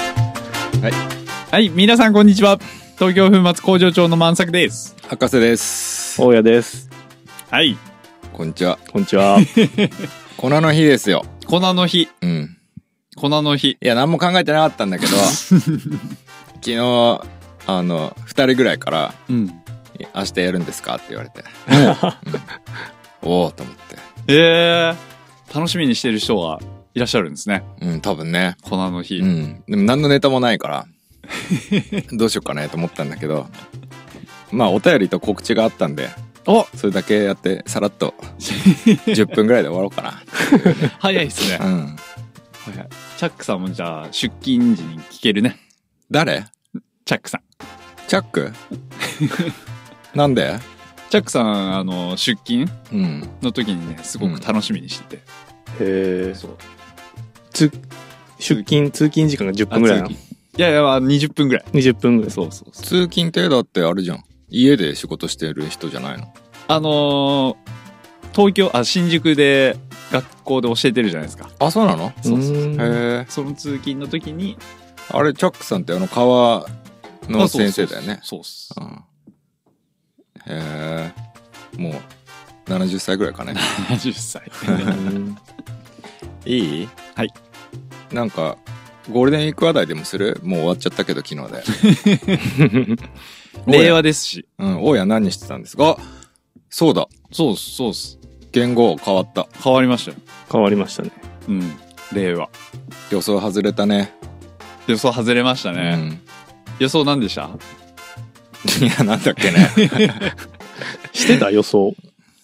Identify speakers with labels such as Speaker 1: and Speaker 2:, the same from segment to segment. Speaker 1: はい
Speaker 2: はい、皆さんこんにちは。東京粉末工場長の満作です。
Speaker 1: 博士です
Speaker 3: 大家です。
Speaker 2: はい、
Speaker 1: こんにちは
Speaker 3: こんにち は。
Speaker 1: 粉の日ですよ
Speaker 2: 粉の日、
Speaker 1: うん
Speaker 2: 粉の日。
Speaker 1: いや何も考えてなかったんだ けど昨日あの2人ぐらいから
Speaker 2: うん。
Speaker 1: 「明日やるんですか?」って言われて、うん、おおと思って
Speaker 2: えー、楽しみにしてる人がいらっしゃるんですね。
Speaker 1: うん多分ね
Speaker 2: 粉の日。
Speaker 1: うんでも何のネタもないから どうしようかねと思ったんだけどまあお便りと告知があったんで
Speaker 2: お
Speaker 1: それだけやってさらっ と10分ぐらいで終わろうかな
Speaker 2: 早いですね。
Speaker 1: うん
Speaker 2: はいはいチャックさんもじゃあ、出勤時に聞けるね。
Speaker 1: 誰
Speaker 2: チャックさん。
Speaker 1: チャッ クなんで
Speaker 2: チャックさん、あの、出勤
Speaker 1: うん
Speaker 2: の時にね、すごく楽しみにしてて。
Speaker 3: えー、
Speaker 2: そう。
Speaker 3: つ出勤、通勤時間が10分ぐらいなの
Speaker 2: あ。通勤いやいや、20分ぐらい。
Speaker 3: 20分ぐらい。
Speaker 2: そうそうそう。
Speaker 1: 通勤ってだってあれじゃん家で仕事してる人じゃないの
Speaker 2: あのー東京、あ、新宿で学校で教えてるじゃないですか。
Speaker 1: あそうなの
Speaker 2: そうそうそう
Speaker 3: ーん
Speaker 1: へえ
Speaker 2: その通勤の時に、
Speaker 1: あれチャックさんってあの川の
Speaker 2: あそう
Speaker 1: 先生だよね
Speaker 2: そうっす。
Speaker 1: うんへえもう70歳ぐらいかね
Speaker 2: 70歳。
Speaker 3: うん
Speaker 1: いい
Speaker 2: はい
Speaker 1: なんかゴールデンウィーク話題でもするもう終わっちゃったけど昨 日で
Speaker 2: 令和ですし。
Speaker 1: うん大家何してたんですかあそうだ
Speaker 2: そうっす、そうっす。
Speaker 1: 言語変わった
Speaker 2: 変わりましたよ。
Speaker 3: 変わりましたね。
Speaker 2: うん。令和。
Speaker 1: 予想外れたね
Speaker 2: 予想外れましたね。予想何でした
Speaker 1: うん いやなんだっけ ね
Speaker 3: してた予想。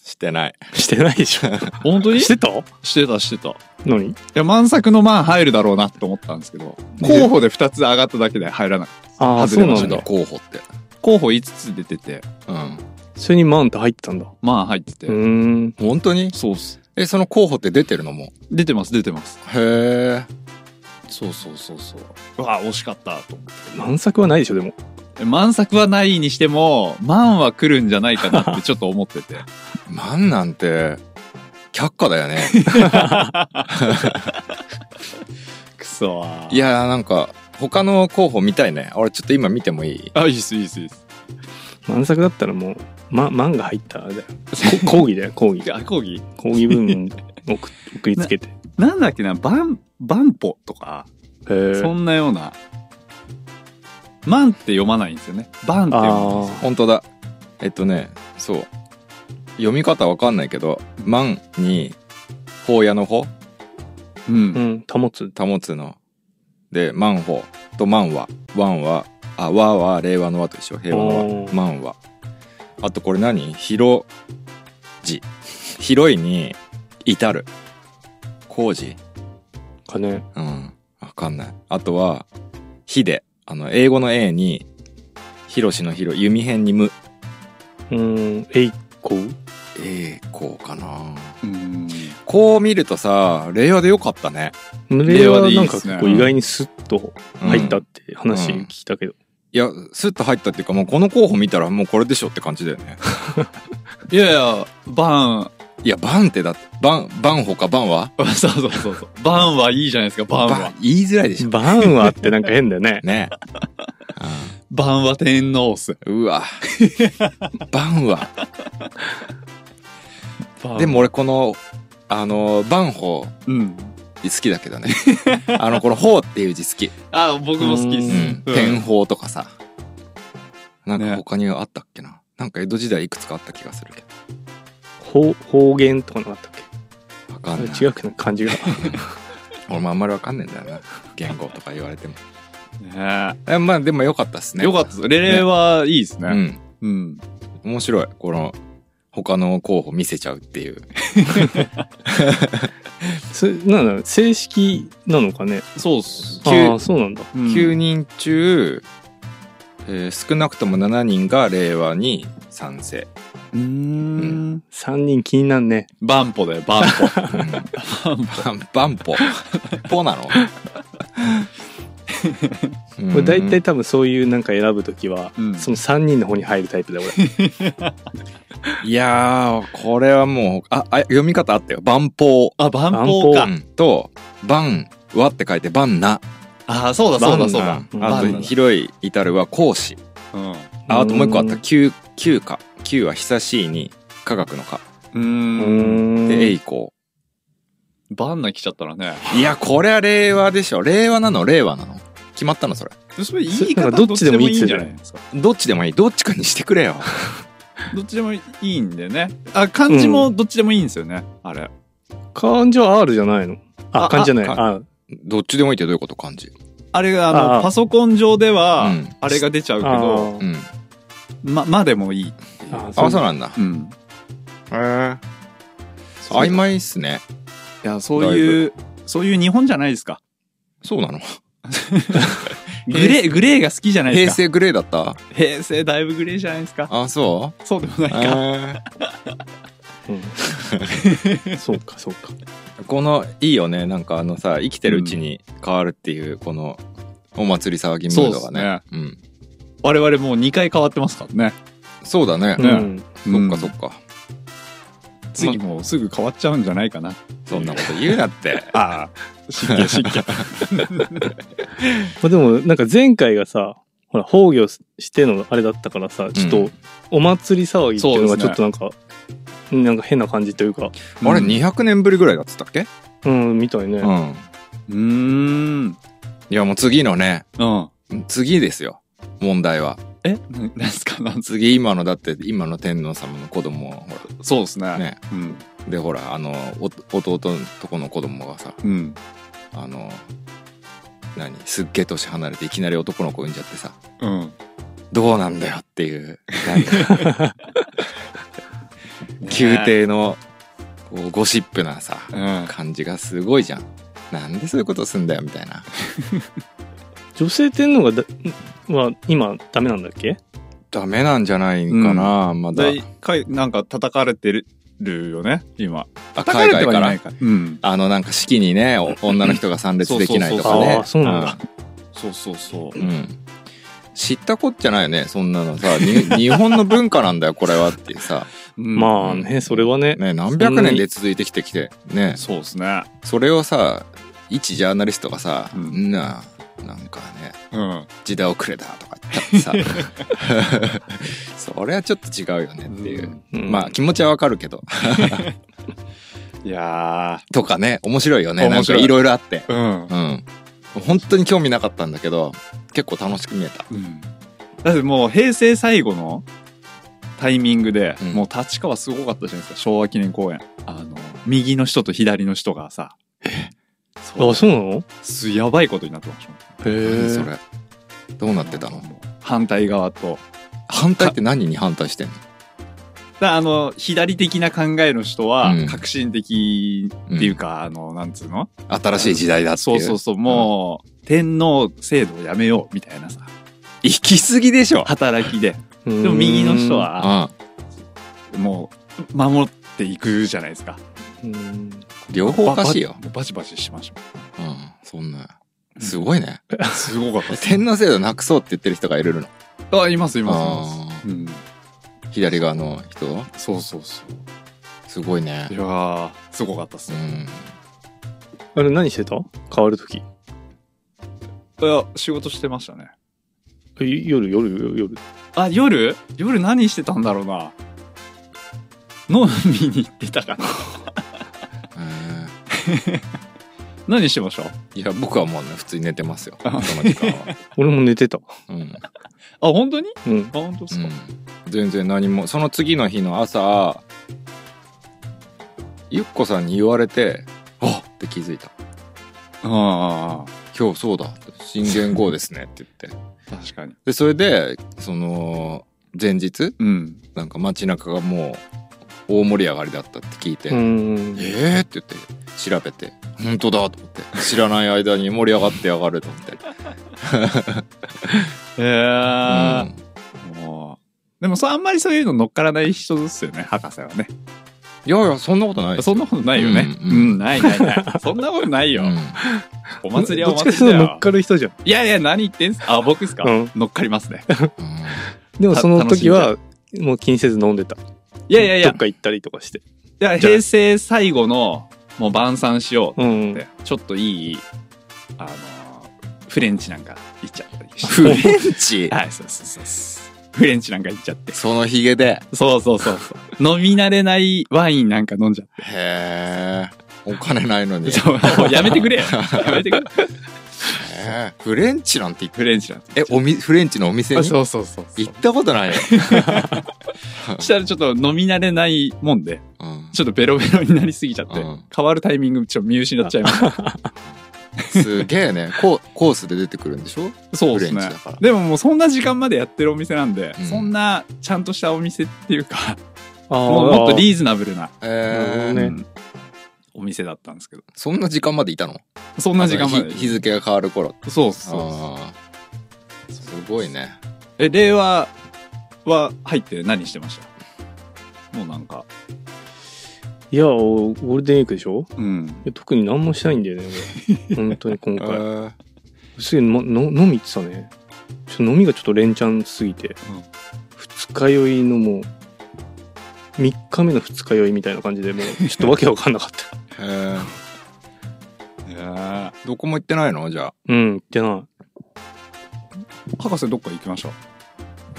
Speaker 1: してない
Speaker 3: してないでしょ。
Speaker 2: 本当に
Speaker 3: し
Speaker 2: して
Speaker 3: てた
Speaker 2: してた、してた。い
Speaker 3: 何
Speaker 2: や、満作の満入るだろうなって思ったんですけど、候補で2つ上がっただけで入らない。
Speaker 3: ああ、
Speaker 2: 外
Speaker 3: そ
Speaker 2: れ
Speaker 3: う
Speaker 2: ま
Speaker 3: な
Speaker 2: し
Speaker 3: ん
Speaker 2: た
Speaker 3: だ。
Speaker 1: 候補って
Speaker 2: 候補5つ出てて、
Speaker 1: うん
Speaker 3: それにマウント入ってたんだ。
Speaker 2: 満入ってて。
Speaker 3: うーん。
Speaker 1: 本当に
Speaker 2: そうっす。
Speaker 1: えその候補って出てるのも
Speaker 2: 出てます、出てます。
Speaker 1: へえ
Speaker 2: そうそうそうそう。うわ、惜しかった、と思って。
Speaker 3: 満作はないでしょ、でも。
Speaker 2: 満作はないにしても、満は来るんじゃないかなってちょっと思ってて。
Speaker 1: マンなんて却下だよね
Speaker 2: くそー
Speaker 1: いやーなんか他の候補見たいね俺ちょっと今見てもいい
Speaker 2: あ、いいっす、いいっす、いいっす。
Speaker 3: 満作だったらもう、ま、漫画入ったあれだよ。こ 講義だよ、講義。
Speaker 2: あ、講義
Speaker 3: 講義文を 送送りつけて。へ
Speaker 2: なんだっけな、バン、バンポとか、そ
Speaker 3: え。
Speaker 2: んなような。マンって読まないんですよね。バンって読むん
Speaker 3: あ
Speaker 2: ですよ。
Speaker 1: 本当だえっとねそう読み方わかんないけど「マン」に「法屋の法
Speaker 2: う。
Speaker 3: あ。うんん、保つ」。
Speaker 1: 保つので「マン法」と「マンは」「ワンは」あ「和は令和の和と一緒平和の
Speaker 3: お
Speaker 1: 和」「
Speaker 3: ー
Speaker 1: マンは」あとこれ何「広じ」「広い」に「至る」「工事」
Speaker 3: かね。
Speaker 1: うん。わかんない。あとは、ひで。あの、英語の A に、ひろしのひろ、弓編にむ。
Speaker 3: うーん、えいこう
Speaker 1: えー、こうかな
Speaker 2: うん。
Speaker 1: こう見るとさ、令和でよかったね。
Speaker 3: 令和はな
Speaker 2: 令和で
Speaker 3: ん
Speaker 2: いい
Speaker 3: か
Speaker 2: っすね
Speaker 3: 結構意外にスッと入ったって話
Speaker 1: うん
Speaker 3: 聞いたけど、
Speaker 1: いや、スッと入ったっていうか、もうこの候補見たらもうこれでしょって感じだよね。
Speaker 2: いやいや、バ
Speaker 1: いや、バンってだって、バン、バンほかバンは
Speaker 2: ン、 そうそうそうそう。バンはいいじゃないですか、バンは。
Speaker 1: 言いづらいでしょ。
Speaker 3: バーンはってなんか変だよね
Speaker 1: ね。
Speaker 2: バンは天皇っす。
Speaker 1: うんうわ。バンは。
Speaker 2: バン
Speaker 1: でも、俺この、あの、バンホ
Speaker 2: うん。
Speaker 1: 好きだけ どね。あの、このホっていう字好き。
Speaker 2: あ、僕も好きっす。
Speaker 1: うん
Speaker 2: うん
Speaker 1: 天保とかさ。なん
Speaker 2: ね
Speaker 1: か他にあったっけな。なんか江戸時代いくつかあった気がするけ
Speaker 3: 方方言とかなかったっ
Speaker 1: ど。わかんない。
Speaker 3: け違うけど 感じが
Speaker 1: 俺もあんまりわかんねえんだよな。言語とか言われても。
Speaker 2: ね
Speaker 1: えまあでもよかったっすね。
Speaker 2: よかったっす。レレはいいっす
Speaker 1: う
Speaker 2: ね。
Speaker 1: ん。
Speaker 2: うん。
Speaker 1: 面白い。この、他の候補見せちゃうっていう。
Speaker 3: それなんだろう正式なのかね
Speaker 2: そうっす。
Speaker 3: あ
Speaker 1: 急
Speaker 3: あそうなんだ
Speaker 2: うん
Speaker 1: 9人中、えー少なくとも7人が令和に賛成。
Speaker 2: うーん。
Speaker 3: 3人気になんね
Speaker 2: バンポだよ、バンポ。
Speaker 1: うんバン バンポ。ポなの
Speaker 3: これ大体多分そういうなんか選ぶときは、
Speaker 2: うん
Speaker 3: その3人の方に入るタイプだよ俺
Speaker 1: いやー、これはもう、あ、あ読み方あったよ。万法
Speaker 2: あ、バンポーか
Speaker 3: バン。
Speaker 1: と、万はって書いて万な。
Speaker 2: ああ、そうだそうだそうだ。
Speaker 1: 万
Speaker 3: バ
Speaker 1: 難あ
Speaker 3: ンナ
Speaker 1: と広い至るは講師
Speaker 2: うん。う
Speaker 1: ああともう一個あった
Speaker 3: う
Speaker 1: 旧旧科旧は久しいに科学の科
Speaker 2: ー
Speaker 3: う
Speaker 2: ん。
Speaker 3: ーん
Speaker 1: で栄光
Speaker 2: バンナ来ちゃったらね。
Speaker 1: いやこれは令和でしょ令和なの令和なの決まったのそれ
Speaker 2: それ言
Speaker 3: そ
Speaker 2: い
Speaker 3: なん
Speaker 2: 方
Speaker 3: か
Speaker 2: ど
Speaker 3: ど
Speaker 2: っ
Speaker 3: っ
Speaker 2: ち
Speaker 3: ち
Speaker 2: で
Speaker 3: で
Speaker 2: も
Speaker 3: も
Speaker 2: い
Speaker 3: い
Speaker 2: い
Speaker 3: い
Speaker 2: んじ
Speaker 3: んじ
Speaker 2: ゃ
Speaker 3: ゃ
Speaker 2: な
Speaker 3: ないい
Speaker 2: ですか。
Speaker 1: どっちでもいいどっちかにしてくれよ
Speaker 2: どっちでもいいんでね。あ、漢字もどっちでもいいんですよね。あれ。
Speaker 3: 漢字は R じゃないの
Speaker 2: あ
Speaker 3: あ漢字じゃない
Speaker 1: あ
Speaker 3: あ
Speaker 1: どっちでもいいってどういうこと感じ
Speaker 2: あれが、あ
Speaker 3: あ
Speaker 2: の、
Speaker 3: あ
Speaker 2: パソコン上では
Speaker 1: うん、
Speaker 2: あれが出ちゃうけ
Speaker 3: あ
Speaker 2: ど、
Speaker 1: うん
Speaker 2: ま、までもいい。
Speaker 3: あ
Speaker 1: あそうなんだ
Speaker 2: うん。
Speaker 1: へえ曖昧っすね
Speaker 2: いや、そういう、そういう日本じゃないですか。
Speaker 1: そうなの
Speaker 2: グレー、グレーが好きじゃないで
Speaker 1: 平
Speaker 2: すか。
Speaker 1: 成グレーだった
Speaker 2: 平成。だいぶグレーじゃないですか。
Speaker 1: あそ
Speaker 2: そうでもないうか。
Speaker 1: へ
Speaker 3: うんそうかそうか
Speaker 1: えこのいいよねなんかあのさ生きてるうちに変わるっていうこのお祭り騒ぎムードがねうん
Speaker 2: 我々もう2回変わってますからね。
Speaker 1: そうだね
Speaker 3: う
Speaker 2: ね
Speaker 3: ん
Speaker 1: そっかそっか
Speaker 2: 次もうすぐ変わっちゃうんじゃないかな。
Speaker 1: そんなこと言うな って
Speaker 2: ああ、失敬 失敬。
Speaker 3: まあでもなんか前回がさほら崩御してのあれだったからさちょっ
Speaker 1: う
Speaker 3: と
Speaker 1: ん
Speaker 3: お祭り騒ぎっていうの
Speaker 2: そう
Speaker 3: が
Speaker 2: です
Speaker 3: ちょ
Speaker 2: ね
Speaker 3: っとなんか、なんか変な感じというか
Speaker 1: あれ
Speaker 2: うん
Speaker 1: 200年ぶりぐらいだっつったっけ
Speaker 3: うんみたいね、
Speaker 1: うん
Speaker 2: うーん。
Speaker 1: いやもう次のね
Speaker 2: うん。
Speaker 1: 次ですよ問題は
Speaker 2: えななんすかなんす
Speaker 1: 次今のだって今の天皇様の子供はほ
Speaker 2: そうです
Speaker 1: ら
Speaker 2: ね。
Speaker 1: ね
Speaker 2: うん。
Speaker 1: でほらあのお弟のとこの子供がさ
Speaker 2: うん。
Speaker 1: あの何すっげえ年離れていきなり男の子産んじゃってさ
Speaker 2: うん。
Speaker 1: どうなんだよっていうなんか 宮
Speaker 2: ね
Speaker 1: 廷のこうゴシップなさ
Speaker 2: え。うん。
Speaker 1: 感じがすごいじゃんなんでそういうことすんだよみたいな
Speaker 3: 女性天皇がだは今ダメなんだっけ
Speaker 1: ダメなんじゃないかな、まだ
Speaker 2: だいかいなんか叩かれてるよね、今。
Speaker 1: あ
Speaker 2: 叩か
Speaker 1: 海
Speaker 2: れてはい
Speaker 1: 外か
Speaker 2: な
Speaker 1: ら
Speaker 2: いから。うん。
Speaker 1: あのなんか式にねお女の人が参列できないとか
Speaker 2: そう
Speaker 1: ね
Speaker 3: ああそうなんだ、
Speaker 2: そうそうそう
Speaker 1: う。ん、知ったこっちゃないよねそんなのさに日本の文化なんだよこれはっていうさ、
Speaker 2: うん
Speaker 3: まあねそれはね
Speaker 1: ね、何百年で続いてきてきてね
Speaker 2: そうですね。
Speaker 1: それをさ一ジャーナリストがさ「
Speaker 2: うん
Speaker 1: ん、ななんかね
Speaker 2: うん。
Speaker 1: 時代遅れだ」とか言ったってさそれはちょっと違うよねっていう、
Speaker 3: うん
Speaker 1: まあ気持ちはわかるけど
Speaker 2: いや
Speaker 1: とかね面白いよねな
Speaker 2: 面
Speaker 1: んか
Speaker 2: 白い
Speaker 1: いろいろあって
Speaker 2: ー。
Speaker 1: うん本当に興味なかったんだけど結構楽しく見えた
Speaker 2: うん。だってもう平成最後のタイミングで、
Speaker 1: うん
Speaker 2: もう立川すごかったじゃないですか、昭和記念公園。あの、右の人と左の人がさ、
Speaker 3: あそうなの
Speaker 2: すやばいことになってましたね。
Speaker 3: へ
Speaker 1: 何そ
Speaker 3: え
Speaker 1: れどうなってたの
Speaker 2: 反対側と。
Speaker 1: 反対って何に反対してんの
Speaker 2: だあの、左的な考えの人は
Speaker 1: うん、
Speaker 2: 革新的っていうか、あの、なんつうの
Speaker 1: 新しい時代だってい
Speaker 2: そううそうそう、もう、天皇制度をやめようみたいなさ、
Speaker 1: 行き過ぎでしょ
Speaker 2: 働きで。でも右の人は、
Speaker 1: うん
Speaker 2: もう、守っていくじゃないですか。
Speaker 3: うん
Speaker 1: 両方おかしいよ、
Speaker 2: ババチバチしましたも
Speaker 1: うん、そんなすごいね
Speaker 2: ん。 すごかったです。
Speaker 1: 天皇制度なくそうって言ってる人がいるの
Speaker 2: あ、います、います、いま
Speaker 1: あ
Speaker 2: す。うん。
Speaker 1: ー左側の人
Speaker 2: そうそうそう。
Speaker 1: すごいね
Speaker 2: いやー、すごかったっす
Speaker 1: う
Speaker 2: ね。
Speaker 1: ん
Speaker 3: あれ何してた変わる時
Speaker 2: いや、仕事してましたね。
Speaker 3: ゆ夜夜夜夜
Speaker 2: あ、夜夜何してたんだろうな。飲みに行ってたかな。
Speaker 1: え
Speaker 2: 何してました
Speaker 1: ーいや僕はもうね普通に寝てますよその時間は、
Speaker 3: 俺も寝てた
Speaker 1: うん
Speaker 2: あ、本当にあ、
Speaker 3: うん
Speaker 2: 本当で
Speaker 1: う
Speaker 2: すか、
Speaker 1: ん、全然何もその次の日の朝ゆっこさんに言われてあっって気づいた
Speaker 2: あ
Speaker 1: 今日そうだ新元号ですねって言って
Speaker 2: あ、確かに。
Speaker 1: でそれでその前日
Speaker 2: うん。
Speaker 1: なんか街中がもう大盛り上がりだったって聞いて「
Speaker 3: うん
Speaker 1: えー?」って言って調べて「本当だ」と思って知らない間に盛り上がってやがると思って、
Speaker 2: え
Speaker 1: う
Speaker 2: ー
Speaker 1: ん、
Speaker 2: もう。でもそう、あんまりそういうの乗っからない人ですよね、博士はね。
Speaker 1: いやいやそんなことないです
Speaker 2: そんなことないよね。
Speaker 1: う
Speaker 2: うん
Speaker 1: う
Speaker 2: ん、
Speaker 1: ん
Speaker 2: ないないない。そんなことないよ。
Speaker 1: うん
Speaker 2: お祭りはお
Speaker 3: どっちか
Speaker 2: 祭
Speaker 3: ってい
Speaker 2: りだ
Speaker 3: うと乗っ
Speaker 2: よ。
Speaker 3: かる人じゃん
Speaker 2: いやいや、何言ってんすかあ、僕っすか、
Speaker 3: うん
Speaker 2: 乗っかりますね。
Speaker 1: うん
Speaker 3: でも
Speaker 2: た
Speaker 3: その時はもう気にせず飲んでた
Speaker 2: いやいやい
Speaker 3: ど
Speaker 2: や
Speaker 3: っ、か行ったりとかして
Speaker 2: いや平成最後の、もう晩餐しよう
Speaker 3: うん
Speaker 2: って、ちょっといい、あのーフレンチなんか行っちゃったり して
Speaker 1: フレンチ
Speaker 2: はいそうそうそうそうフレンチなんか行っちゃって
Speaker 1: そのヒゲで。
Speaker 2: そうそうそうそう飲み慣れないワインなんか飲んじゃっ
Speaker 1: へえ。お金ないのに。
Speaker 2: てそうもうやめてく れよやめてくれ
Speaker 1: へーフレンチなんて行く。
Speaker 2: フレンチなんて
Speaker 1: え、おみ、フレンチのお店
Speaker 2: あ
Speaker 1: に
Speaker 2: そうそうそうそう
Speaker 1: 行ったこと ないよ。
Speaker 2: したらちょっと飲み慣れないもんで
Speaker 1: うん
Speaker 2: ちょっとベロベロになりすぎちゃって、
Speaker 1: うん
Speaker 2: 変わるタイミングちょっと見失っちゃいました
Speaker 1: すげえね。コーコースで出てくるんでしょ
Speaker 2: そうで
Speaker 1: フレ
Speaker 2: す
Speaker 1: ン
Speaker 2: ね
Speaker 1: チだから
Speaker 2: でももうそんな時間までやってるお店なんで、
Speaker 1: うん
Speaker 2: そんなちゃんとしたお店っていうか
Speaker 3: あー
Speaker 2: もうもっとリーズナブルな、
Speaker 1: えー
Speaker 3: なるほどね
Speaker 2: うんお店だったんですけど
Speaker 1: そんな時間までいたの
Speaker 2: そんな時間ま
Speaker 1: あ
Speaker 2: で
Speaker 1: の日日付が変わる頃。
Speaker 2: そうそう
Speaker 1: あーすごいね。
Speaker 2: え令和は入って何してましたもうなんか
Speaker 3: いやおゴールデンウィークでしょ
Speaker 2: うん
Speaker 3: いや特に何もしないんだよね 俺本当に今
Speaker 1: え
Speaker 3: 回
Speaker 1: ー
Speaker 3: すげえ、ま、の飲み行ってたねちょっと飲みがちょっと連チャンすぎて、
Speaker 2: うん
Speaker 3: 二日酔いのもう3日目の二日酔いみたいな感じでもうちょっとわけわかんなかった
Speaker 1: へー
Speaker 2: いや
Speaker 1: どこも行ってないのじゃあ。
Speaker 3: うん行ってない
Speaker 2: ー博士どっか行きましょう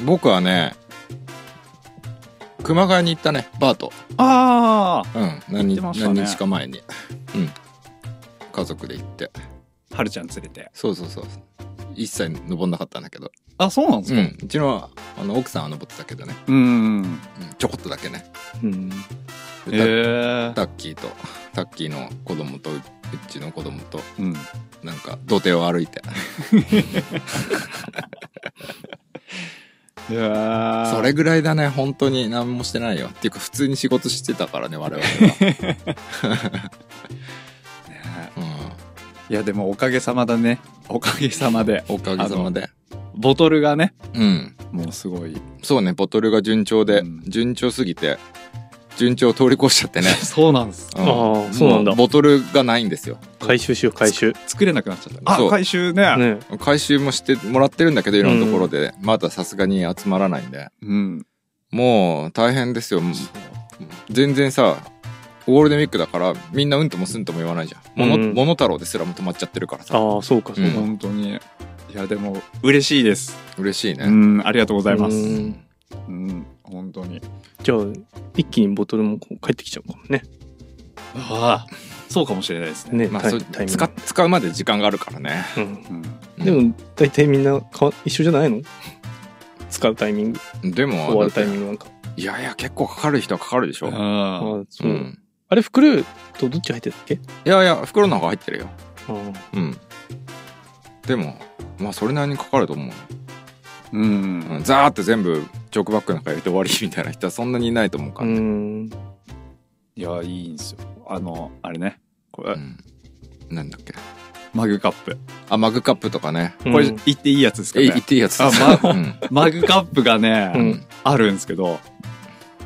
Speaker 1: 僕はね、熊谷に行ったね、バート。
Speaker 2: あ
Speaker 1: うん。何,、
Speaker 2: 行ってましたね
Speaker 1: 何日か前に。うん。家族で行って。
Speaker 2: あはるちゃん連れて
Speaker 1: そうそうそう。一切登んなかったんだけど。
Speaker 2: あそうなんです
Speaker 1: う
Speaker 2: か
Speaker 1: ん。うちのあの奥さんは登ってたけどね。
Speaker 2: うんう
Speaker 1: う
Speaker 2: ん
Speaker 1: ん、ちょこっとだけね。
Speaker 3: うん
Speaker 2: へえ
Speaker 1: タッキーと、タッキーの子供と、うちの子供と、
Speaker 2: うん
Speaker 1: なんか土手を歩いて。
Speaker 2: いやー
Speaker 1: それぐらいだね、本当に何もしてないよ。っていうか、普通に仕事してたからね、我々 は。
Speaker 2: ね
Speaker 1: う
Speaker 2: いやでもおかげさまだねおかげさまで
Speaker 1: ん。おかげさまで。
Speaker 2: ボトルがね
Speaker 1: うん。
Speaker 2: もうすごい
Speaker 1: そうね、ボトルが順調で、
Speaker 2: うん
Speaker 1: 順調すぎて、順調を通り越しちゃってね。
Speaker 2: そうなんです
Speaker 1: うん
Speaker 3: ああそうなんだ
Speaker 1: もボトルがないんですよ。
Speaker 3: 回収しよう回収
Speaker 2: 作れなくなっちゃった
Speaker 1: そう
Speaker 2: あ回収ね
Speaker 3: ね
Speaker 1: 回収もしてもらってるんだけど、いろんなところで、まださすがに集まらないんで。
Speaker 2: うん
Speaker 1: もう大変ですよ。もう全然さ、ゴールデンウィークだから、みんなうんともすんとも言わないじゃん。もの、
Speaker 3: うん
Speaker 1: もの太郎ですらも止まっちゃってるからさ。
Speaker 3: ああそうかそうか、
Speaker 2: 本当にいやでも嬉しいです
Speaker 1: 嬉しいうね。
Speaker 2: んありがとうございます
Speaker 3: う
Speaker 2: うん本当に
Speaker 3: じゃあ一気にボトルもこう帰ってきちゃうかもね
Speaker 2: ああそうかもしれないですね
Speaker 3: ね
Speaker 1: まあ、
Speaker 3: タイ
Speaker 1: そう
Speaker 3: タイミング
Speaker 1: 使っ、使うまで時間があるからね。
Speaker 3: うん
Speaker 2: うん
Speaker 1: うん
Speaker 3: でも大体みんなかわ一緒じゃないの使うタイミング
Speaker 1: でも、
Speaker 3: 終わるタイミ
Speaker 1: だ
Speaker 3: ングなんか
Speaker 1: っていやいや、結構かかる人はかかるでしょ。
Speaker 3: あ
Speaker 2: あ
Speaker 3: ー
Speaker 1: う
Speaker 3: そう、
Speaker 1: ん。
Speaker 3: あれ袋とどっち入ってたっけ
Speaker 1: いやいや、袋の方が入ってるよ。
Speaker 3: あー
Speaker 1: うん。でも、まあ、それなりにかかると思う。
Speaker 2: あうん
Speaker 1: うん、ザーって全部、ジョークバッグなんか入れて終わりみたいな人はそんなにいないと思うか
Speaker 3: う
Speaker 1: ら。
Speaker 3: ん
Speaker 2: いやいいんですよあのあれねこ
Speaker 1: う
Speaker 2: れ
Speaker 1: ん。なんだっけ。
Speaker 2: マグカップ
Speaker 1: あ、マグカップとかね。
Speaker 2: これ
Speaker 3: うん
Speaker 2: 言っていいやつですか
Speaker 1: え、言っ
Speaker 2: ね
Speaker 1: ていいやつ
Speaker 2: あ
Speaker 1: ま、うん。
Speaker 2: マグカップがね
Speaker 3: うん
Speaker 2: あるんですけど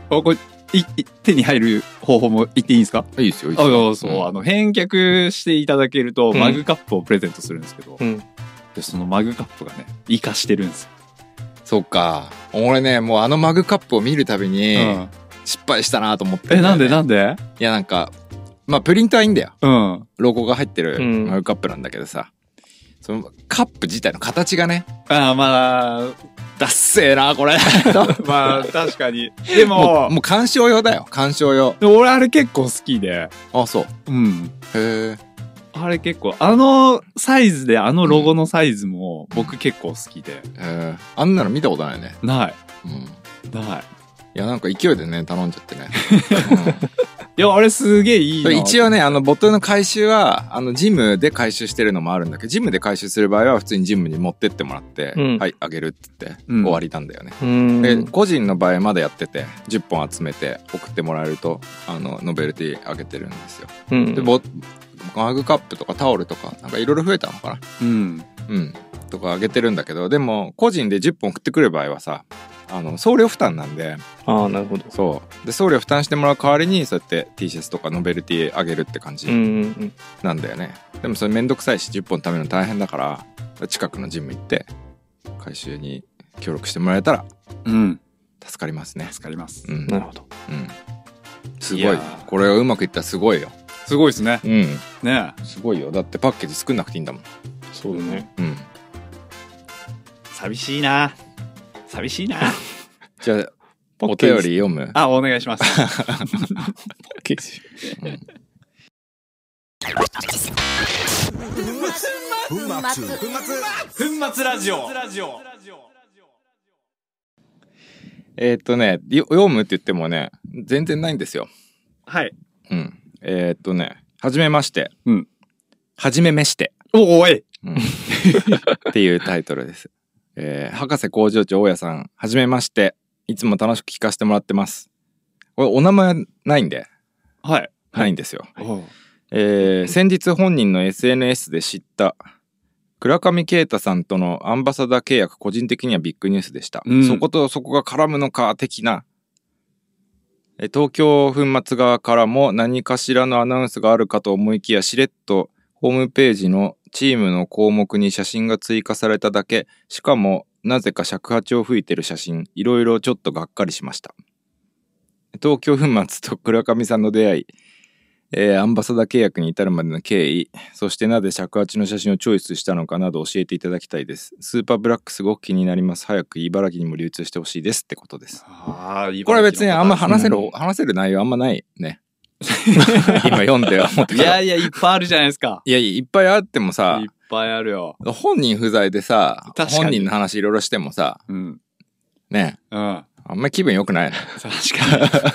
Speaker 2: これいい手に入る方法も言っていいんですか
Speaker 1: いいですよ、いい
Speaker 2: あ
Speaker 1: ですよ。
Speaker 2: そうそう、あの返却していただけると
Speaker 3: うん
Speaker 2: マグカップをプレゼントするんですけど、
Speaker 3: うん
Speaker 2: でそのマグカップがね生かしてるんですよ、
Speaker 1: そっか。俺ね、もうあのマグカップを見るたびに、
Speaker 2: うん
Speaker 1: 失敗したなと思って、
Speaker 2: えなんでなんんで
Speaker 1: いや、なんか、まあ、プリントはいいんだよ。
Speaker 2: うん
Speaker 1: ロゴが入ってる
Speaker 3: うん
Speaker 1: マグカップなんだけどさ。その、カップ自体の形がね、
Speaker 2: あまあ
Speaker 1: ダッセーな、これ。
Speaker 2: まあ確かにで
Speaker 1: も
Speaker 2: も
Speaker 1: う、もう鑑賞用だよ、鑑賞用。
Speaker 2: でも俺あれ結構好きで
Speaker 1: あ、そう。
Speaker 2: うん
Speaker 1: へえ。
Speaker 2: あれ結構あのサイズであのロゴのサイズも僕結構好きで、
Speaker 1: へえあんなの見たことないね。
Speaker 2: ない
Speaker 1: うん。い
Speaker 2: ない
Speaker 1: や、なんか勢いでね、頼んじゃってね。
Speaker 2: いやあれすげえい
Speaker 1: う
Speaker 2: い
Speaker 1: ん
Speaker 2: な
Speaker 1: 一応ね、あの、ボトルの回収は、あの、ジムで回収してるのもあるんだけど、ジムで回収する場合は、普通にジムに持ってってもらって、
Speaker 3: うん
Speaker 1: はい、あげるって言って、
Speaker 2: うん
Speaker 1: 終わりなんだよね。
Speaker 3: うん
Speaker 1: で個人の場合まだやってて10本集めて送ってもらえるとあのノベルティあげてるんですよ
Speaker 3: うん
Speaker 1: でボマグカップとかタオルとかなんかいろいろ増えたのかな
Speaker 2: うん
Speaker 1: うんとかあげてるんだけどでも個人で10本送ってくる場合はさあの送料負担なんで
Speaker 3: ああなるほど
Speaker 1: そうで送料負担してもらう代わりにそうやって T シャツとかノベルティあげるって感
Speaker 3: うん
Speaker 1: じ
Speaker 3: うん
Speaker 1: なんだよね、でもそれめんどくさいし10本貯めるの大変だから近くのジム行って回収に協力してもらえたら
Speaker 2: うん
Speaker 1: 助かりますね
Speaker 2: 助かります、
Speaker 1: うん
Speaker 3: なるほど
Speaker 1: うん、すご
Speaker 2: いや
Speaker 1: い
Speaker 2: ー
Speaker 1: これがうまくいったらすごいよ
Speaker 2: すごいですね
Speaker 1: うん
Speaker 2: ね
Speaker 1: すごいよだってパッケージ作んなくていいんだもん
Speaker 3: そうだね。
Speaker 1: うん
Speaker 2: 寂しいな寂しいな
Speaker 1: じゃあ
Speaker 3: パ
Speaker 1: お
Speaker 3: ッケ
Speaker 1: 便
Speaker 3: ー
Speaker 1: り
Speaker 3: ジ。
Speaker 1: 読む
Speaker 2: あお願いします
Speaker 3: パッケージ
Speaker 2: 粉末ラジオ
Speaker 1: えーっとねよ読むって言ってもね全然ないんですよ
Speaker 2: はい
Speaker 1: うんえーっとねはじめまして
Speaker 2: うん
Speaker 1: はじめめして
Speaker 2: おおい
Speaker 1: うんっていうタイトルです。 えー博士工場長大家さん、はじめまして。いつも楽しく聞かせてもらってます。これお名前ないんで、
Speaker 2: はい
Speaker 1: ないんですよ。
Speaker 2: おう
Speaker 1: えー先日本人の SNS で知った、倉上啓太さんとのアンバサダー契約、個人的にはビッグニュースでした。
Speaker 2: うん
Speaker 1: そことそこが絡むのか、的な。えー東京粉末側からも何かしらのアナウンスがあるかと思いきや、しれっとホームページのチームの項目に写真が追加されただけ、しかもなぜか尺八を吹いてる写真、いろいろちょっとがっかりしました。東京粉末と倉上さんの出会い、えーアンバサダー契約に至るまでの経緯、そしてなぜ尺八の写真をチョイスしたのかなど教えていただきたいです。スーパーブラックすごく気になります。早く茨城にも流通してほしいですってことです。
Speaker 2: あー
Speaker 1: これは別にあんま話せる、
Speaker 2: うん
Speaker 1: 話せる内容あんまない ね。今読んで思って
Speaker 2: いやいやいっぱいあるじゃないですか
Speaker 1: いやいやいっぱいあってもさ
Speaker 2: いっ、ぱいあるよ
Speaker 1: 本人不在でさ
Speaker 2: 確、かに
Speaker 1: 本人の話いろいろしてもさ、
Speaker 2: うん
Speaker 1: ね、
Speaker 2: うん
Speaker 1: あんまり気分良くないね。
Speaker 2: 確かに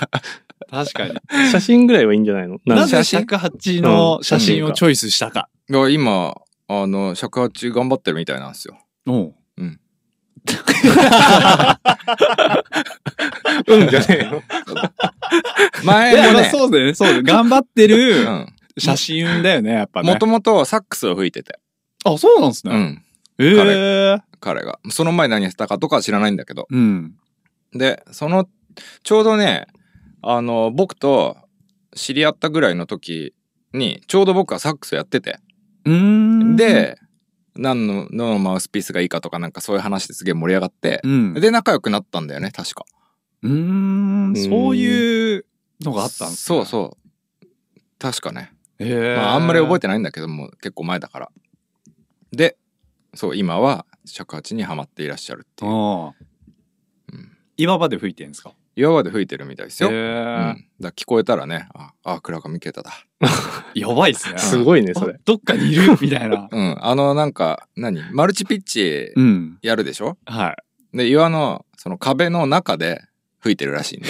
Speaker 2: 確かに
Speaker 3: 写真ぐらいはいいんじゃないのな
Speaker 2: なん
Speaker 1: ん
Speaker 3: か
Speaker 1: か
Speaker 2: ぜ尺八の写真をチョイスしたか
Speaker 1: いや今、あの、尺八頑張ってるみたいなんです よ。
Speaker 2: おう
Speaker 1: うん。
Speaker 3: うんじゃねえよ。
Speaker 1: 前
Speaker 2: いや
Speaker 1: も
Speaker 2: まあ
Speaker 1: ね、
Speaker 2: そうだよね、そうだよね。頑張ってる
Speaker 1: うん
Speaker 2: 写真だよね、やっぱね。
Speaker 1: もともとサックスを吹いてて、
Speaker 2: あ、そうなんです
Speaker 1: う
Speaker 2: ね。
Speaker 1: ん。
Speaker 2: ええ。
Speaker 1: 彼が。その前何やってたかとかは知らないんだけど。
Speaker 2: うん。
Speaker 1: で、その、ちょうどね、あの、僕と知り合ったぐらいの時に、ちょうど僕はサックスやってて。
Speaker 2: うーん、
Speaker 1: で、何の、のマウスピースがいいかとかなんかそういう話ですげえ盛り上がって
Speaker 2: う。ん。
Speaker 1: で、仲良くなったんだよね、確か。
Speaker 2: うーん、そういうのがあったんです
Speaker 1: そう
Speaker 2: う。
Speaker 1: そう。確かね。
Speaker 2: ええ。
Speaker 1: まあ、あんまり覚え
Speaker 2: て
Speaker 1: てないんだけども、結構前だから。で、そう、今は尺八にはまっていらっしゃるっていう。うん
Speaker 2: 今まで吹いてるんですか
Speaker 1: 岩場で吹いてるみたいですよ。
Speaker 2: え
Speaker 1: うん、
Speaker 2: え
Speaker 1: だから聞こえたらねああ倉上啓太だ
Speaker 2: やばいっすね。
Speaker 3: すごいね、それ
Speaker 2: あ。どっかにいるみたいな。
Speaker 1: うんあのなんか何マルチピッチ
Speaker 2: うん。
Speaker 1: やるでしょ
Speaker 2: はい。
Speaker 1: で岩のその壁の中で吹いてるらしいん で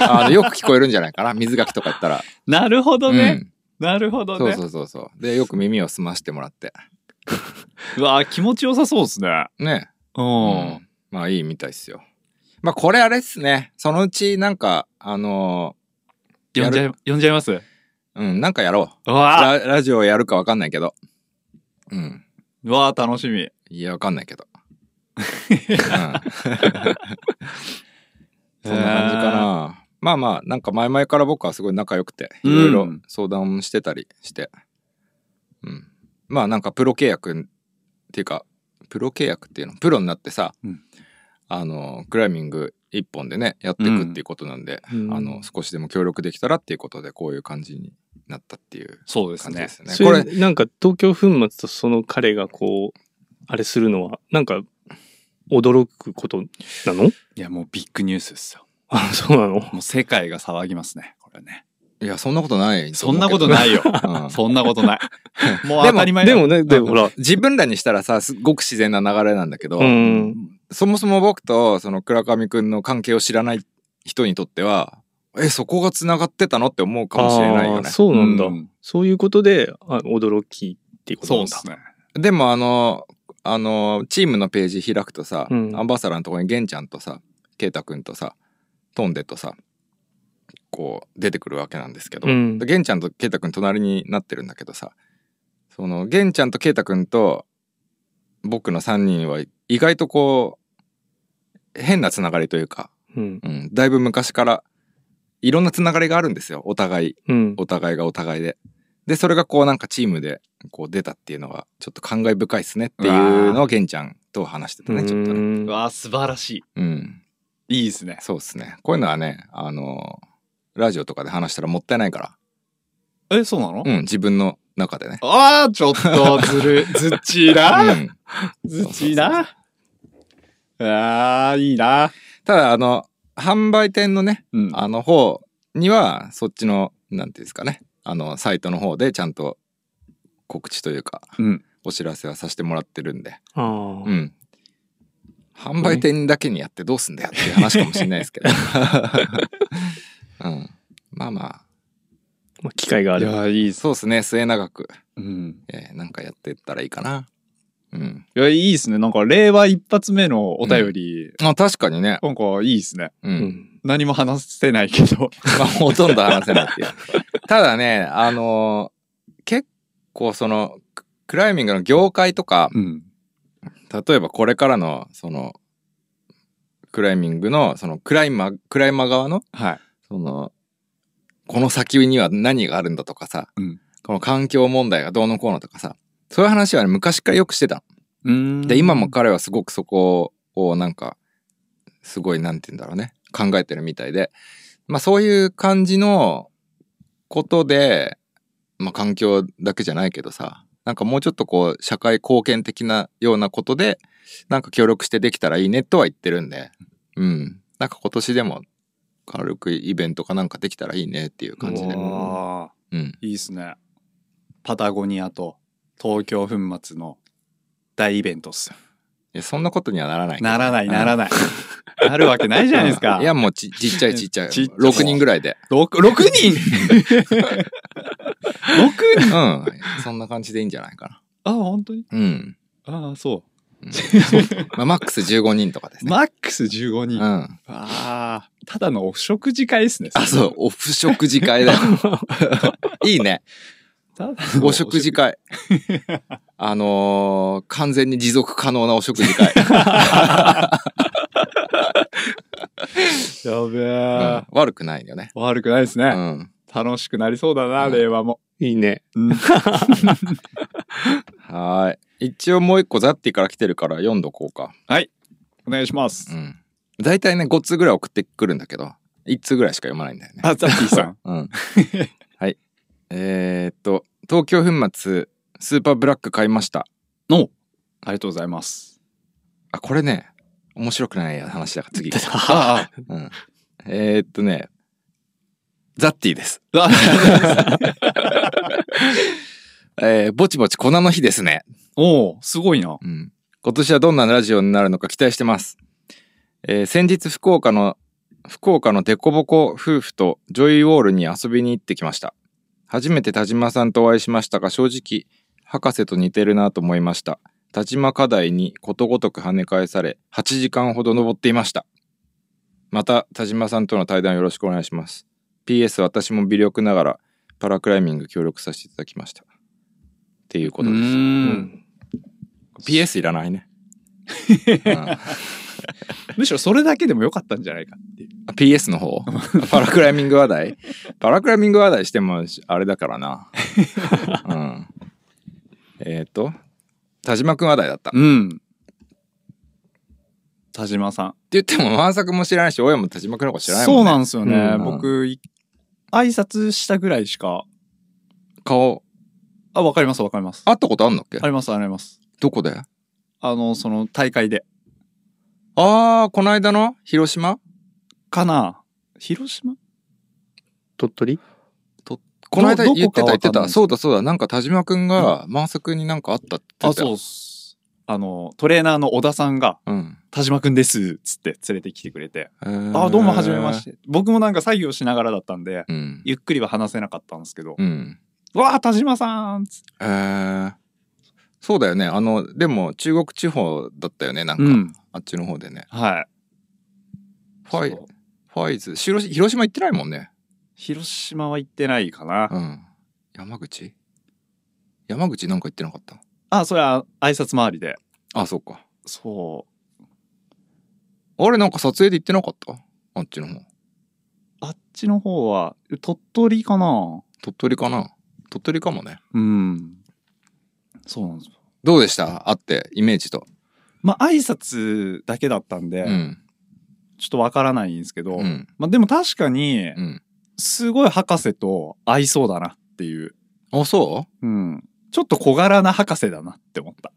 Speaker 1: あのよく聞こえるんじゃないかな水垣とか言ったら、
Speaker 2: なるほどね。
Speaker 1: ん、
Speaker 2: なるほど
Speaker 1: そう
Speaker 2: ね。
Speaker 1: そうそうそうでよく耳を澄ましてもらって
Speaker 2: うわー気持ちよさそうですね。
Speaker 1: ね
Speaker 2: う。
Speaker 1: うんまあいいみたいっすよまあこれあれっすねそのうちなんかあの
Speaker 2: 呼んじゃい、呼んじゃいます
Speaker 1: うんなんかやろ
Speaker 2: う
Speaker 1: う
Speaker 2: わ
Speaker 1: ラ
Speaker 2: あ
Speaker 1: ラジオやるかわかんないけどうん
Speaker 2: うわー楽しみ。
Speaker 1: いやわかんない けど、うんそんな感じか
Speaker 2: えー。
Speaker 1: な。まあまあ、なんか前々から僕はすごい仲良くて、
Speaker 2: う
Speaker 1: い
Speaker 2: ん
Speaker 1: ろいろ相談もしてたりして、うん。まあなんかプロ契約っていうか、プロ契約っていうの、プロになってさ、
Speaker 2: うん
Speaker 1: あの、クライミング一本でね、やっていくっていうことなんで、
Speaker 3: うん
Speaker 1: あの、少しでも協力できたらっていうことで、こういう感じになったっていう
Speaker 2: そうです
Speaker 1: 感じで
Speaker 2: ね。
Speaker 1: すね。
Speaker 3: そ
Speaker 1: こ
Speaker 3: れ
Speaker 1: れ、
Speaker 3: なんか東京粉末とその彼がこうあれするのはなんか驚くこと なの
Speaker 2: いや、もうビッグニュースですよ。
Speaker 3: あそうなの
Speaker 2: もう世界が騒ぎますね、これね。
Speaker 1: いや、そんなことない
Speaker 2: そんなことないよ。
Speaker 1: と思うけど。うん
Speaker 2: そんなことない。もう
Speaker 1: で
Speaker 2: 当
Speaker 1: も
Speaker 2: たり前だ
Speaker 3: でもねでもほら
Speaker 1: 自分らにしたらさ、すごく自然な流れなんだけど、
Speaker 3: うん
Speaker 1: そもそも僕とその倉上くんの関係を知らない人にとっては、え、そこが繋がってたのって思うかもしれないよ
Speaker 3: あー
Speaker 1: ね。
Speaker 3: そうなんだ、
Speaker 2: うん
Speaker 3: そういうことであ驚きっていうこと
Speaker 2: そう
Speaker 3: なん
Speaker 2: で
Speaker 3: だ
Speaker 2: すね。
Speaker 1: でもあの、あの、チームのページ開くとさ、
Speaker 3: うん
Speaker 1: アンバサダーのところに玄ちゃんとさ、圭太くんとさ、トンデとさ、こう出てくるわけなんですけど、
Speaker 3: うん
Speaker 1: で玄ちゃんと圭太くん隣になってるんだけどさ、その玄ちゃんと圭太くんと僕の3人は意外とこう、変なつながりというか、
Speaker 3: うん
Speaker 1: うん、だいぶ昔からいろんなつながりがあるんですよお互い
Speaker 3: うん
Speaker 1: お互いがお互いででそれがこうなんかチームでこう出たっていうのがちょっと感慨深いっすねっていうのを玄ちゃんと話してたねちょっとね
Speaker 2: うわあ、素晴らし
Speaker 1: うん
Speaker 2: い。いいですね。
Speaker 1: そうっすねこういうのはねあのラジオとかで話したらもったいないから
Speaker 2: え、そうなの
Speaker 1: うん自分の中でね。
Speaker 2: ああ、ちょっとずる、ずっちー
Speaker 1: う
Speaker 2: な。
Speaker 1: ん
Speaker 2: ずっちーな。ああ、いいな。
Speaker 1: ただ、あの、販売店のね、
Speaker 2: うん。
Speaker 1: あの方には、そっちの、なんていうんですかね、あの、サイトの方でちゃんと告知というか、
Speaker 2: うん。
Speaker 1: お知らせはさせてもらってるんで、
Speaker 3: あ
Speaker 1: う
Speaker 3: ー
Speaker 1: ん。販売店だけにやってどうすんだよっていう話かもしれないですけど。うん。まあまあ、
Speaker 3: まあ機会があ
Speaker 2: い
Speaker 3: れば。
Speaker 2: や、いいっす。
Speaker 1: そうですね、末永く、
Speaker 2: うん。
Speaker 1: えーなんかやってったらいいかな。うん。
Speaker 2: いや、いいっすね。なんか、令和一発目のお便り、
Speaker 1: あ確かにね。
Speaker 2: なんか、いいっすね。
Speaker 1: う。
Speaker 3: うんん。
Speaker 2: 何も話せないけ ど。
Speaker 1: まあ、ほとんど話せないっていう。ただね、あのー結構その、ククライミングの業界とか、
Speaker 2: うん。
Speaker 1: 例えばこれからの、その、クライミングの、その、クライマー、クライマー側の
Speaker 2: はい。
Speaker 1: そのこの先には何があるんだとかさ、
Speaker 2: うん
Speaker 1: この環境問題がどうのこうのとかさそういう話はね昔からよくしてた
Speaker 2: うん
Speaker 1: ので今も、彼はすごくそこをなんかすごいなんて言うんだろうね考えてるみたいでまあそういう感じのことで、まあ、環境だけじゃないけどさなんかもうちょっとこう社会貢献的なようなことでなんか協力してできたらいいねとは言ってるんでうんなんか今年でも軽くイベントかなんかできたらいいねっていう感じで
Speaker 3: うわ
Speaker 2: ああ。
Speaker 1: うん
Speaker 2: いいっすね。パタゴニアと東京粉末の大イベントっす。
Speaker 1: いやそんなことにはならないけど
Speaker 2: ならない、な らない。なるわけないじゃないですか。
Speaker 1: いやもうちちっちゃいちっちゃい
Speaker 2: ちっちゃい
Speaker 1: 6人ぐらいで
Speaker 2: 六六 人六
Speaker 1: う
Speaker 2: 人
Speaker 1: んそんな感じでいいんじゃないか
Speaker 2: あ、本当に
Speaker 1: なうん
Speaker 2: ああ、そ
Speaker 1: まあ、マックス15人とかです
Speaker 2: う。
Speaker 1: ね。
Speaker 2: マックス15人。あ
Speaker 1: うん。
Speaker 2: あ、ただのお食事会ですね。
Speaker 1: あ、そう、オフ食事会 だ。いいね。
Speaker 2: ただの
Speaker 1: お食事会。 あのー完全に持続可能なお食事会。
Speaker 2: やべ
Speaker 1: う
Speaker 2: え
Speaker 1: ん。 悪くないよね。
Speaker 2: 悪くないです
Speaker 1: う
Speaker 2: ね。
Speaker 1: ん。
Speaker 2: 楽しくなりそうだな、
Speaker 1: うん
Speaker 2: 令和も。
Speaker 3: いいね。
Speaker 2: うん。
Speaker 1: はーい。一応もう一個ザッティから来てるから読んどこうか。
Speaker 2: お願いします
Speaker 1: う。ん。大体ね、5通ぐらい送ってくるんだけど、1通ぐらいしか読まないんだよね。
Speaker 2: あ、ザッキーさん。
Speaker 1: うん。はい。えーっと、東京粉末、スーパーブラック買いました。
Speaker 2: の、ありがとうございます。
Speaker 1: あ、これね、面白くない話だから次。
Speaker 2: ああ
Speaker 1: うん、えーっとね、ザッティです。
Speaker 2: あ。
Speaker 1: えーぼちぼち粉の日ですね。
Speaker 2: おおすごいな。。
Speaker 1: うん。今年はどんなラジオになるのか期待してます。えー先日福岡の、福岡のデコボコ夫婦とジョイウォールに遊びに行ってきました。初めて田島さんとお会いしましたが、正直、博士と似てるなと思いました。田島課題にことごとく跳ね返され、8時間ほど登っていました。また、田島さんとの対談よろしくお願いします。PS、私も微力ながらパラクライミング協力させていただきました。っていうことです。
Speaker 3: うんん。
Speaker 1: PS いらない ね。うん
Speaker 2: むしろそれだけでもよかったんじゃないかっていう。
Speaker 1: あ PS の 方パラクライミング話題パラクライミング話題してもあれだから な。うん、えっ、と、田島くん話題だった。って
Speaker 2: うん。田島さん。
Speaker 1: 言っても、万作も知らないし、親も田島くんのこと知らない
Speaker 2: そ
Speaker 1: も
Speaker 2: うん
Speaker 1: ね。
Speaker 2: なんですよね。
Speaker 3: うん
Speaker 2: 僕、い挨拶したぐらいしか。
Speaker 1: 顔、
Speaker 2: あ、わかりますわかります。
Speaker 1: 会ったことあんのっけ
Speaker 2: ありますあります。
Speaker 1: どこで
Speaker 2: あの、その大会で。
Speaker 1: あー、この間の広島
Speaker 2: かな広島
Speaker 3: 鳥取
Speaker 1: この間
Speaker 2: ど
Speaker 1: 言ってた
Speaker 2: どこか
Speaker 1: 言っ
Speaker 2: わか
Speaker 1: て
Speaker 2: んない
Speaker 1: た。そうだそうだ。なんか田島くんが万作になんかあったって言
Speaker 2: あ、
Speaker 1: ってた
Speaker 2: そう
Speaker 1: よ。
Speaker 2: っす。あの、トレーナーの小田さんが、
Speaker 1: う。うん。
Speaker 2: 田島くんです、つって連れてきてくれて。
Speaker 1: えー
Speaker 2: あ、どうも、はじめまし。て。僕もなんか作業しながらだったんで、
Speaker 1: うん。
Speaker 2: ゆっくりは話せなかったんですけど、
Speaker 1: うん。
Speaker 2: わあ、田島さんつって
Speaker 1: えー、そうだよね。あの、でも中国地方だったよね。なんか、
Speaker 2: うん。
Speaker 1: あっちの方でね。
Speaker 2: はい。
Speaker 1: ファイ
Speaker 2: そう、
Speaker 1: ファイズ、広島広島行ってないもんね。
Speaker 2: 広島は行ってないかな。
Speaker 1: うん。山口山口なんか行ってなかった。
Speaker 2: あ、それは挨拶回りで。
Speaker 1: あ、そうか。
Speaker 2: そう。
Speaker 1: あれ、なんか撮影で行ってなかったあっちの方。
Speaker 2: あっちの方は、鳥取かな
Speaker 1: 鳥取かな鳥取かもね。
Speaker 2: うん。そうなんですよ。
Speaker 1: どうでした会って、イメージと。
Speaker 2: まあ、挨拶だけだったんで、
Speaker 1: うん。
Speaker 2: ちょっとわからないんですけど、
Speaker 1: うん。
Speaker 2: まあ、でも確かに
Speaker 1: う、ん。
Speaker 2: すごい博士と合いそうだなっていう。
Speaker 1: あ、そ
Speaker 2: うん。ちょっと小柄な博士だなって思った。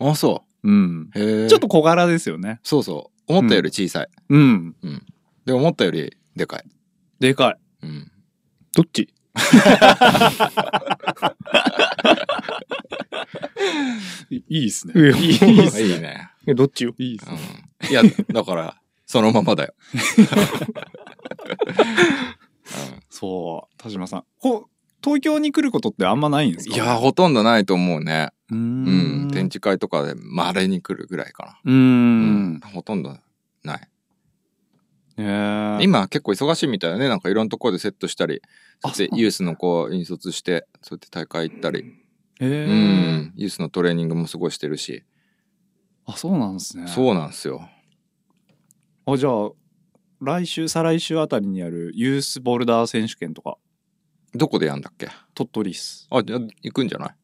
Speaker 1: うあ、そ
Speaker 2: うん。
Speaker 1: う。へえ。
Speaker 2: ちょっと、小柄ですよね。
Speaker 1: そうそう。思ったより小さい。
Speaker 2: うん。
Speaker 1: で、思ったよりでかい。
Speaker 2: でかい。
Speaker 1: うん。
Speaker 3: どっち
Speaker 2: いいいっすね。
Speaker 3: いや
Speaker 2: いいっす
Speaker 1: いい
Speaker 2: ね。
Speaker 1: ね。
Speaker 3: えどっちよ
Speaker 2: いいっすね。
Speaker 1: うん。いや、だから、そのままだよ。
Speaker 2: そう。田島さん。こう、東京に来ることってあんまないんです
Speaker 1: うん
Speaker 2: か
Speaker 1: いや、、ほとんどないと思うね。
Speaker 2: う
Speaker 1: うんん。。展示会とかで稀に来るぐらいか
Speaker 2: う
Speaker 1: な。
Speaker 2: ん。
Speaker 1: ほとんどない。
Speaker 2: へー
Speaker 1: 今結構忙しいみたいだね。なんかいろんなところでセットしたり。
Speaker 2: あそ
Speaker 1: で
Speaker 2: うなん、だ
Speaker 1: ユースの子を引率して、そうやって大会行ったり。
Speaker 2: へ
Speaker 1: う
Speaker 2: ー
Speaker 1: ん。ユースのトレーニングもすごいしてるし。
Speaker 2: あ、そうなんですね。
Speaker 1: そうなんですよ。
Speaker 2: う。あ、じゃあ、来週、再来週あたりにあるユースボルダー選手権とか、
Speaker 1: どこでやんだっけ
Speaker 2: 鳥取っす。
Speaker 1: あ、じゃあ行くんじゃない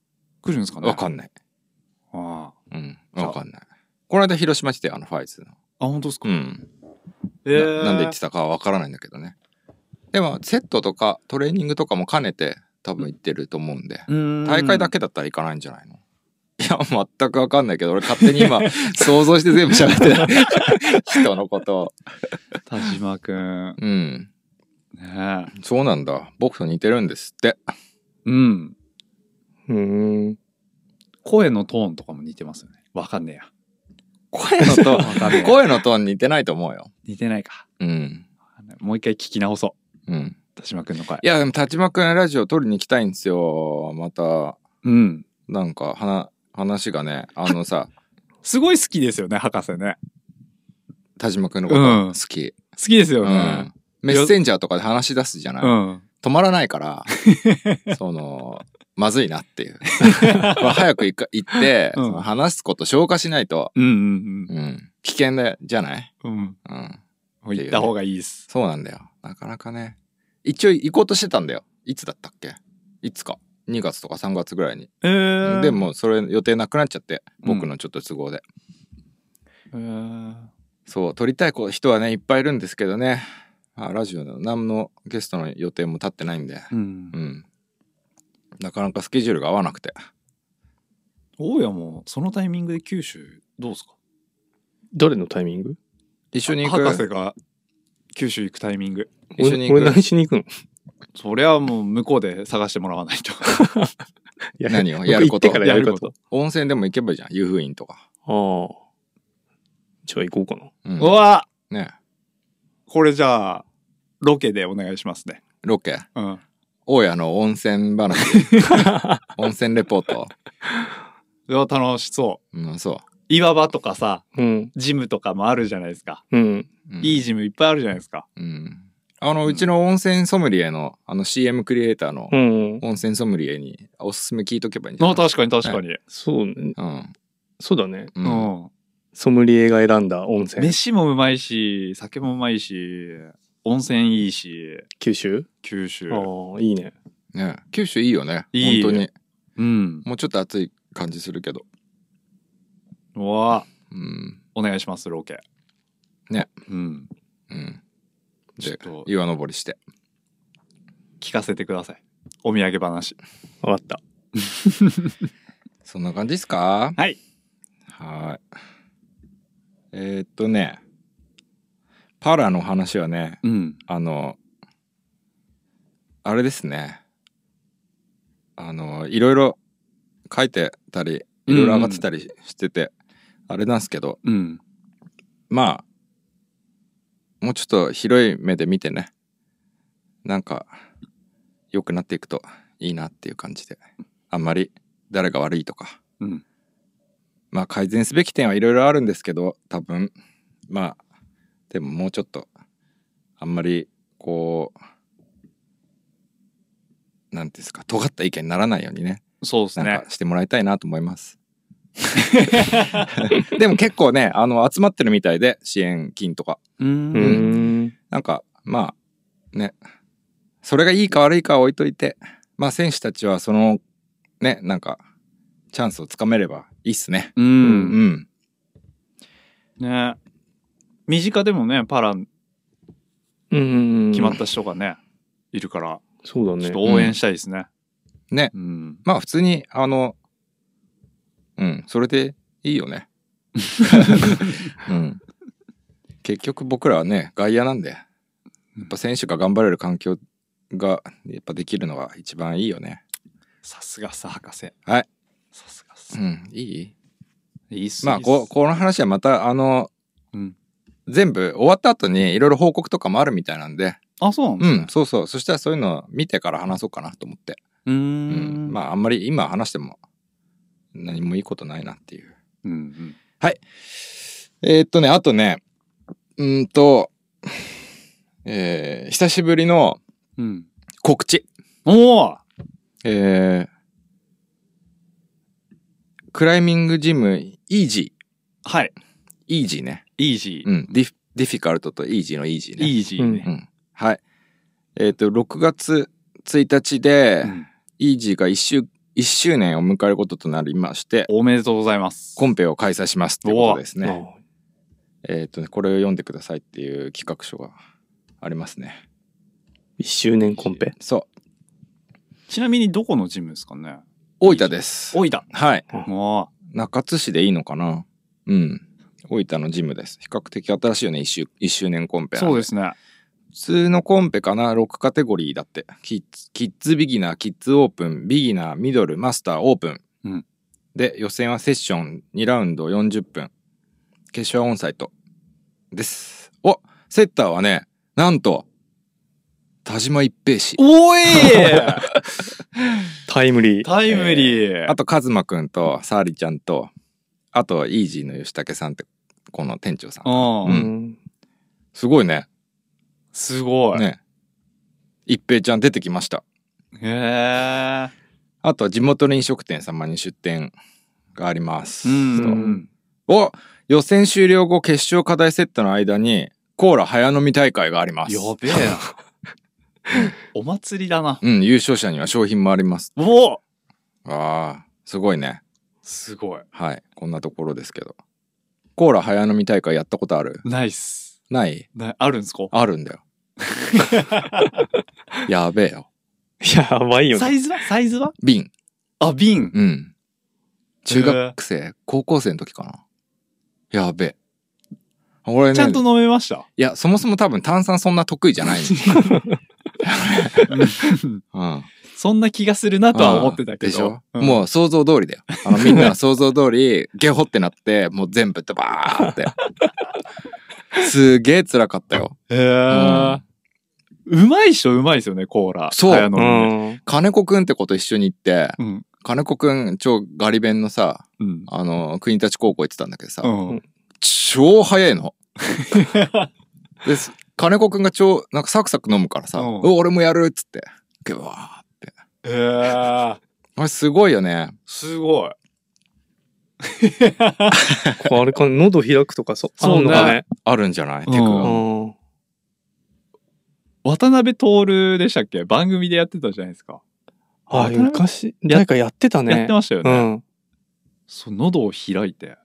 Speaker 2: 来るんですかね
Speaker 1: わかんない。
Speaker 2: ああ。
Speaker 1: うん。
Speaker 2: じゃあ
Speaker 1: わかんない。この間広島来て、あのファイズの。
Speaker 2: あ、本当ですか
Speaker 1: うん。
Speaker 2: え
Speaker 1: ななんで言ってたかはわからないんだけどね。でも、セットとかトレーニングとかも兼ねて多分行ってると思うんで、大会だけだったら行かないんじゃないのいや、全くわかんないけど、俺勝手に今、想像して全部喋ってない。 人のことを。
Speaker 2: 田島くん。
Speaker 1: うん。
Speaker 2: ねえ。
Speaker 1: そうなんだ。僕と似てるんですって。
Speaker 2: うん。
Speaker 3: うーん。
Speaker 2: 声のトーンとかも似てますよね。わかんねえや。
Speaker 1: 声のト
Speaker 2: わかんねえ
Speaker 1: ーン、
Speaker 2: や
Speaker 1: 声のトーン似てないと思うよ。
Speaker 2: 似てないか。
Speaker 1: うん。
Speaker 2: もう一回聞き直そ
Speaker 1: うん。
Speaker 2: う。田島くんの声
Speaker 1: い。や、でも、立間くんラジオ撮りに行きたいんですよ。また、
Speaker 2: うん。
Speaker 1: なんか、はな、話がね、あのさ、
Speaker 2: すごい好きですよね、博士ね。
Speaker 1: 田島くんのこと
Speaker 2: うん
Speaker 1: 好き、
Speaker 2: 好きです
Speaker 1: う
Speaker 2: よ
Speaker 1: ん
Speaker 2: ね。
Speaker 1: メッセンジャーとかで話し出すじゃない、
Speaker 2: うん。
Speaker 1: 止まらない から、その、まずいなっていう。まあ早く行か行って、
Speaker 2: うん
Speaker 1: その話すこと消化しないと、
Speaker 2: うんうん
Speaker 1: うん、危険だじゃない
Speaker 2: うん。う
Speaker 1: う
Speaker 2: ん。
Speaker 1: ん。
Speaker 2: もう行った方がいいっす。
Speaker 1: そうなんだよ。なかなかね。一応行こうとしてたんだよ。いつだったっけいつか。2月とか3月ぐらいに。
Speaker 2: えー
Speaker 1: で、も、それ予定なくなっちゃって、
Speaker 2: うん
Speaker 1: 僕のちょっと都合で。
Speaker 2: えー
Speaker 1: そう、撮りたい子人はね、いっぱいいるんですけどね。まあ、ラジオの何のゲストの予定も立ってないんで。
Speaker 2: うん
Speaker 1: う。ん。なかなかスケジュールが合わなくて。
Speaker 2: 大家も、そのタイミングで九州、どうですか
Speaker 3: 誰のタイミング
Speaker 1: 一緒に行
Speaker 2: 博士
Speaker 1: く。
Speaker 2: が九州行くタイミング。
Speaker 1: 一緒に行
Speaker 3: 俺俺
Speaker 1: く。
Speaker 3: 何しに行くの
Speaker 2: そりゃもう向こうで探してもらわないと。
Speaker 3: いや
Speaker 1: 何を
Speaker 3: 僕
Speaker 1: やること
Speaker 3: 行ってからやること。
Speaker 1: 温泉でも行けばいいじゃん。湯布院とか。
Speaker 3: ああ。じゃあ行こうかな。
Speaker 1: うん
Speaker 2: う。わ
Speaker 1: ね
Speaker 2: これじゃあ、ロケでお願いしますね。
Speaker 1: ロケ。
Speaker 2: うん。
Speaker 1: 大家の温泉 話。温泉レポート。
Speaker 2: うわ楽しそ。
Speaker 1: うん、そう
Speaker 2: 岩場とかさ、
Speaker 3: うん。
Speaker 2: ジムとかもあるじゃないですか。
Speaker 3: うん。うん
Speaker 1: う。うん
Speaker 2: いい。ジムいっぱいあるじゃないですか。
Speaker 1: うん。あの、うちの温泉ソムリエの、あの CM クリエイターの
Speaker 3: うん。
Speaker 1: 温泉ソムリエにおすすめ聞いとけばいいんじゃ
Speaker 2: ま
Speaker 1: な
Speaker 2: あ
Speaker 1: い
Speaker 2: 確かに確かに。
Speaker 3: そうね。
Speaker 1: うん。
Speaker 3: そうだね。
Speaker 1: う。
Speaker 2: うんん。
Speaker 3: ソムリエが選んだ温泉。
Speaker 2: 飯もうまいし、酒もうまいし、温泉いいし、
Speaker 3: 九州
Speaker 2: 九州。
Speaker 3: ああ、いいね。
Speaker 1: ね九州いいよね。
Speaker 2: いい
Speaker 1: 本当に。
Speaker 2: うん。
Speaker 1: もうちょっと暑い感じするけど。
Speaker 2: うわ
Speaker 1: うん。
Speaker 2: お願いします、ロケ。
Speaker 1: ね。
Speaker 2: うん。
Speaker 1: うん。
Speaker 2: ちょっ
Speaker 1: で
Speaker 2: と、
Speaker 1: 岩登りして。
Speaker 2: 聞かせてください。お土産話。
Speaker 3: わかった。
Speaker 1: そんな感じですか
Speaker 2: はい。
Speaker 1: はーい。えーっとね、パラの話はね、
Speaker 2: うん。
Speaker 1: あの、あれですね。あの、いろいろ書いてたり、いろいろ上がってたりしてて、あれなんですけど、
Speaker 2: うん。
Speaker 1: まあ、もうちょっと広い目で見てね、なんか、良くなっていくといいなっていう感じで、あんまり誰が悪いとか、
Speaker 2: うん。
Speaker 1: まあ改善すべき点はいろいろあるんですけど多分まあでももうちょっとあんまりこうなんていうんですか尖った意見にならないようにね
Speaker 2: そうです
Speaker 1: な
Speaker 2: ね
Speaker 1: んか。してもらいたいなと思います。 でも結構ねあの集まってるみたいで支援金とか
Speaker 2: うー
Speaker 3: うー
Speaker 2: ん。
Speaker 3: ん。
Speaker 1: なんかまあねそれがいいか悪いかは置いといてまあ選手たちはそのねなんかチャンスをつかめればいいっすね。
Speaker 2: う。
Speaker 1: うんん
Speaker 2: ね身近でもね、パラ
Speaker 3: うん。
Speaker 2: 決まった人がね、いるから、
Speaker 3: そうだ
Speaker 2: ちょっ
Speaker 3: ね
Speaker 2: と。応援したいですね。
Speaker 1: ね。
Speaker 2: うん。
Speaker 1: まあ普通に、あの、うん、それでいいよね。うん。結局僕らはね、外野なんで、やっぱ選手が頑張れる環境が、やっぱできるのが一番いいよね。
Speaker 2: さすがさ、博士。
Speaker 1: はい。
Speaker 2: さすが
Speaker 1: う
Speaker 2: さ。
Speaker 1: ん、いい
Speaker 2: いいっす
Speaker 1: まあこ、この話はまた、あの、
Speaker 2: うん
Speaker 1: 全部終わった後にいろいろ報告とかもあるみたいなんで、
Speaker 2: あ、そうなんで
Speaker 1: う
Speaker 2: す
Speaker 1: ん
Speaker 2: ね、。
Speaker 1: そうそう。そしたらそういうのを見てから話そうかなと思って。
Speaker 2: うー。
Speaker 1: うんん。まあ、あんまり今話しても何もいいことないなっていう。
Speaker 2: うんうん。
Speaker 1: えーっとね、あとね、うーんと、えー久しぶりの
Speaker 2: うん。
Speaker 1: 告知。
Speaker 2: おお
Speaker 1: えークライミングジム、イージ
Speaker 2: はい。
Speaker 1: ー。イージーね。
Speaker 2: イージー。
Speaker 1: うん。ディフディフィカルトとイージーのイージーね。
Speaker 2: イージーね。
Speaker 1: うん。はい。えーっと、6月1日で、
Speaker 2: うん
Speaker 1: イージーが1周、一周年を迎えることとなりまして、
Speaker 2: おめでとうございます。
Speaker 1: コンペを開催しますってことですね。
Speaker 3: あ
Speaker 1: えーっとね、これを読んでくださいっていう企画書がありますね。
Speaker 3: 1周年コンペ。
Speaker 1: そう。
Speaker 2: ちなみにどこのジムですかね
Speaker 1: 大分です。
Speaker 2: 大分。
Speaker 1: はい。
Speaker 2: も
Speaker 1: 中津市でいいのかなうん。大分のジムです。比較的新しいよね、1周一周年コン
Speaker 2: う、
Speaker 1: ペ。。
Speaker 2: そうですすね。
Speaker 1: 普通のコンペかな ?6 カテゴリーだって。キッズ、キッズビギナー、キッズオープン、ビギナー、ミドル、マスター、オープン。
Speaker 2: うん
Speaker 1: で、予選はセッション2ラウンド40分。決勝はオンサイト。です。おセッターはね、なんと、田島一平氏。
Speaker 2: おい
Speaker 3: タイムリ ー。
Speaker 2: タイムリー、
Speaker 1: あと、カズマくんと、サーリちゃんと、あと、イージーの吉武さんって、この店長さん。
Speaker 2: うん、
Speaker 1: うん
Speaker 3: ん。
Speaker 1: すごいね。
Speaker 2: すごい。
Speaker 1: ね。一平ちゃん出てきました。
Speaker 2: へえ。
Speaker 1: あとは地元の飲食店様に出店があります。
Speaker 2: うん。
Speaker 1: そううんお予選終了後決勝課題セットの間にコーラ早飲み大会があります
Speaker 2: や。べえな。 お祭りだな。
Speaker 1: うん、優勝者には商品もあります。
Speaker 2: おお
Speaker 1: ああ、すごいね。
Speaker 2: すごい。
Speaker 1: はい。こんなところですけど。コーラ早飲み大会やったことある
Speaker 2: ナイス。
Speaker 1: ない
Speaker 2: なあるんですか
Speaker 1: あるん だよ。やべえよ。
Speaker 3: やばいよ
Speaker 2: サ
Speaker 3: ね。
Speaker 2: イズはサイズは
Speaker 1: 瓶。
Speaker 2: あ、瓶。
Speaker 1: うん。中学生、高校生の時かな。やべえ。俺ね、
Speaker 2: ちゃんと飲めました。
Speaker 1: いや、そもそも多分炭酸そんな得意じゃ ない。うん。
Speaker 2: そんな気がするなとは思ってたけ
Speaker 1: で
Speaker 2: ど。
Speaker 1: しょ、
Speaker 2: ん
Speaker 1: もう想像通りだよ。あ の、みんなの想像通り、ゲホってなって、もう全部ドバーって。すげえ辛かったよ。
Speaker 2: へえ、うまいっしょ、うまいですよね、コーラ。
Speaker 1: そう
Speaker 2: 早飲
Speaker 3: う
Speaker 2: みね
Speaker 3: ん。
Speaker 1: 金子くんってこと一緒に行って、
Speaker 2: うん。
Speaker 1: 金子くん超ガリ弁のさ、
Speaker 2: うん。
Speaker 1: あの、国立高校行ってたんだけどさ、
Speaker 2: うん。
Speaker 1: 超早い の。です。金子くんが超、なんかサクサク飲むからさ、
Speaker 2: うん
Speaker 1: うわ俺もやるっつって、ぐわーって。
Speaker 2: へえ
Speaker 1: あれすごいよね。
Speaker 2: すごい。
Speaker 3: こうあれか、喉開くとかそ、そうのかね。
Speaker 1: あるんじゃないテク
Speaker 2: う
Speaker 1: が。
Speaker 3: うん。
Speaker 2: 渡辺徹でしたっけ番組でやってたじゃないですか。
Speaker 3: あ、
Speaker 2: うん
Speaker 3: 昔、誰かやってたね。
Speaker 2: やってましたよね。
Speaker 3: うん。
Speaker 2: そう喉を開いて。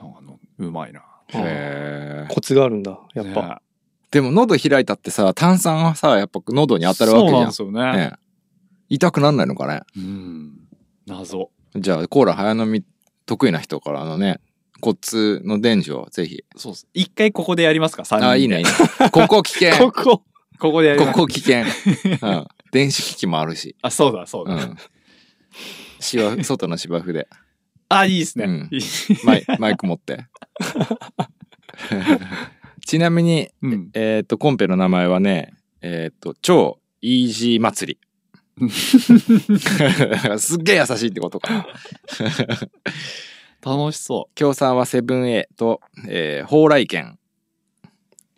Speaker 2: なんかのうまいな。
Speaker 3: うん
Speaker 1: へー
Speaker 3: コツがあるんだ、やっぱ。
Speaker 2: ね
Speaker 1: でも喉開いたってさ、炭酸はさ、やっぱ喉に当たるわけじ
Speaker 2: そ
Speaker 1: ゃ
Speaker 2: うなん
Speaker 1: ん
Speaker 2: で。すよね。
Speaker 1: ね痛くなんないのかね。
Speaker 2: うん。謎。
Speaker 1: じゃあ、コーラ早飲み得意な人からのね、コツの伝授をぜひ。
Speaker 2: そうっす。一回ここでやりますか ?3 人で。
Speaker 1: あ、いいね、いいね。ここ危険。こ
Speaker 3: こ
Speaker 2: ここでやります。
Speaker 1: こ危険。うん。電子機器もあるし。
Speaker 2: あ、そうだ、そう
Speaker 1: う
Speaker 2: だ。
Speaker 1: ん。芝外の芝生で。
Speaker 2: あ、いいですね。
Speaker 1: うん
Speaker 2: いい
Speaker 1: マ イマイク持って。 ちなみに、
Speaker 2: うん。
Speaker 1: えっ、と、コンペの名前はね、えっ、と、超イージー祭 り。すっげえ優しいってことかな。
Speaker 2: 楽しそう。
Speaker 1: 協賛はセブン A と、えー、蓬莱軒。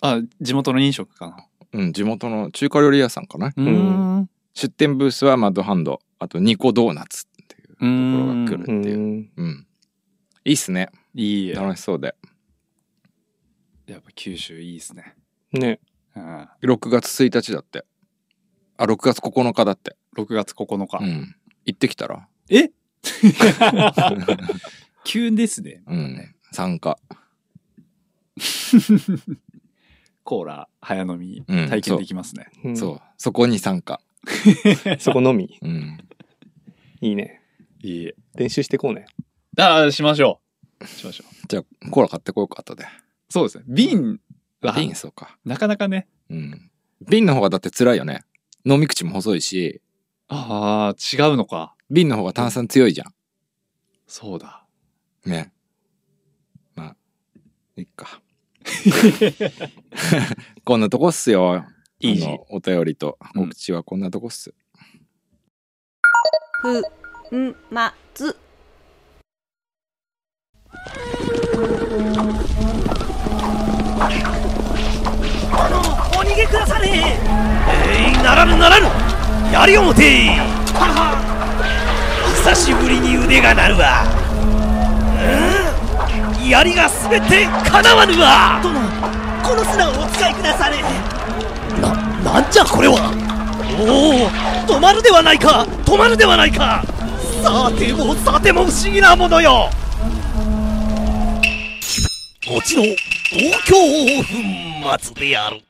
Speaker 2: あ、地元の飲食かな。
Speaker 1: うん、地元の中華料理屋さんかな。
Speaker 2: うーん。
Speaker 1: 出店ブースはマッドハンド、あとニコドーナツっていう。
Speaker 2: うーん。
Speaker 1: ところが来る
Speaker 3: ううん。
Speaker 1: うん。いいっすね。
Speaker 2: いいや。
Speaker 1: 楽しそうで。
Speaker 2: やっぱ九州いいですね。
Speaker 3: ね。
Speaker 2: うん。
Speaker 1: 6月1日だって。あ、6月9日だって。
Speaker 2: 6月9日。
Speaker 1: うん。行ってきた ら。
Speaker 2: え 急ですね。
Speaker 1: うん。参加。
Speaker 2: コーラ早飲み
Speaker 1: うん
Speaker 2: 体験できますね。
Speaker 3: うん
Speaker 1: そう。そこに参加。
Speaker 3: そこのみ。
Speaker 1: うん。
Speaker 3: いいね。
Speaker 2: いい。
Speaker 3: 練習してこうね。
Speaker 2: ああ、しましょう。しましょう。
Speaker 1: じゃあ、コーラ買ってこようか、後で。
Speaker 2: そうですね。瓶は、
Speaker 1: 瓶、そうか。
Speaker 2: なかなかね。
Speaker 1: うん。瓶の方がだって辛いよね。飲み口も細いし、
Speaker 2: ああ、違うのか。
Speaker 1: 瓶の方が炭酸強いじゃ
Speaker 2: そうだ。
Speaker 1: ん。ね。まあ、いっ か。こんなとこっすよ。
Speaker 2: いい
Speaker 1: あ
Speaker 2: し
Speaker 1: のお便りと告知はこんなとこっす。
Speaker 4: ふんまつ
Speaker 5: あのお逃げくだされえいならぬならぬ槍を持てはは久しぶりに腕が鳴るわうん槍がすべてかなわぬわ殿この砂をお使いくだされな、なんじゃこれはおお止まるではないか止まるではないかさてもさても不思議なものよ後の東京粉末である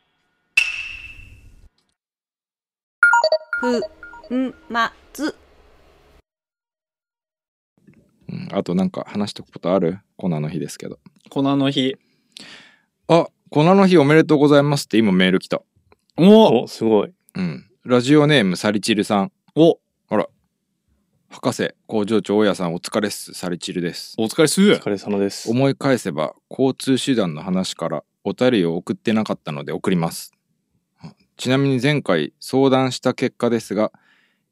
Speaker 4: ふんまつ
Speaker 1: うんあとなんか話しとくことある粉の日ですけど。
Speaker 2: 粉の日。
Speaker 1: あ、粉の日おめでとうございますって今メール来た。
Speaker 2: お
Speaker 3: お、すごい。
Speaker 1: うん。ラジオネームサリチルさん。
Speaker 2: お
Speaker 1: 博士、工場長大家さんお疲れっす。サリチルです。
Speaker 2: お疲れっす
Speaker 3: お疲れ様です。
Speaker 1: 思い返せば交通手段の話からお便りを送ってなかったので送りますちなみに前回相談した結果ですが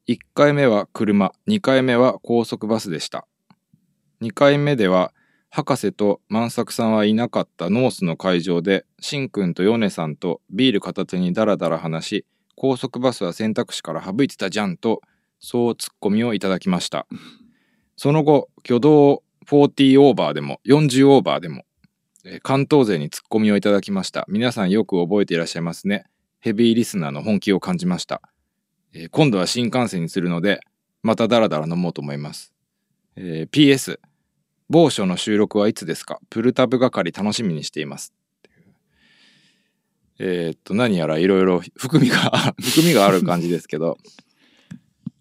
Speaker 1: 1回目は車2回目は高速バスでした2回目では博士と万作さんはいなかったノースの会場でしんくんとヨネさんとビール片手にダラダラ話し高速バスは選択肢から省いてたじゃんとそうツッコミをいただきましたその後、挙動40オーバーでも40オーバーでも、えー関東勢にツッコミをいただきました。皆さんよく覚えていらっしゃいますね。ヘビーリスナーの本気を感じました。えー今度は新幹線にするので、またダラダラ飲もうと思います。えー PS、某所の収録はいつですかプルタブ係楽しみにしています。えーっと、何やらいろいろ含みが、 含みがある感じですけど、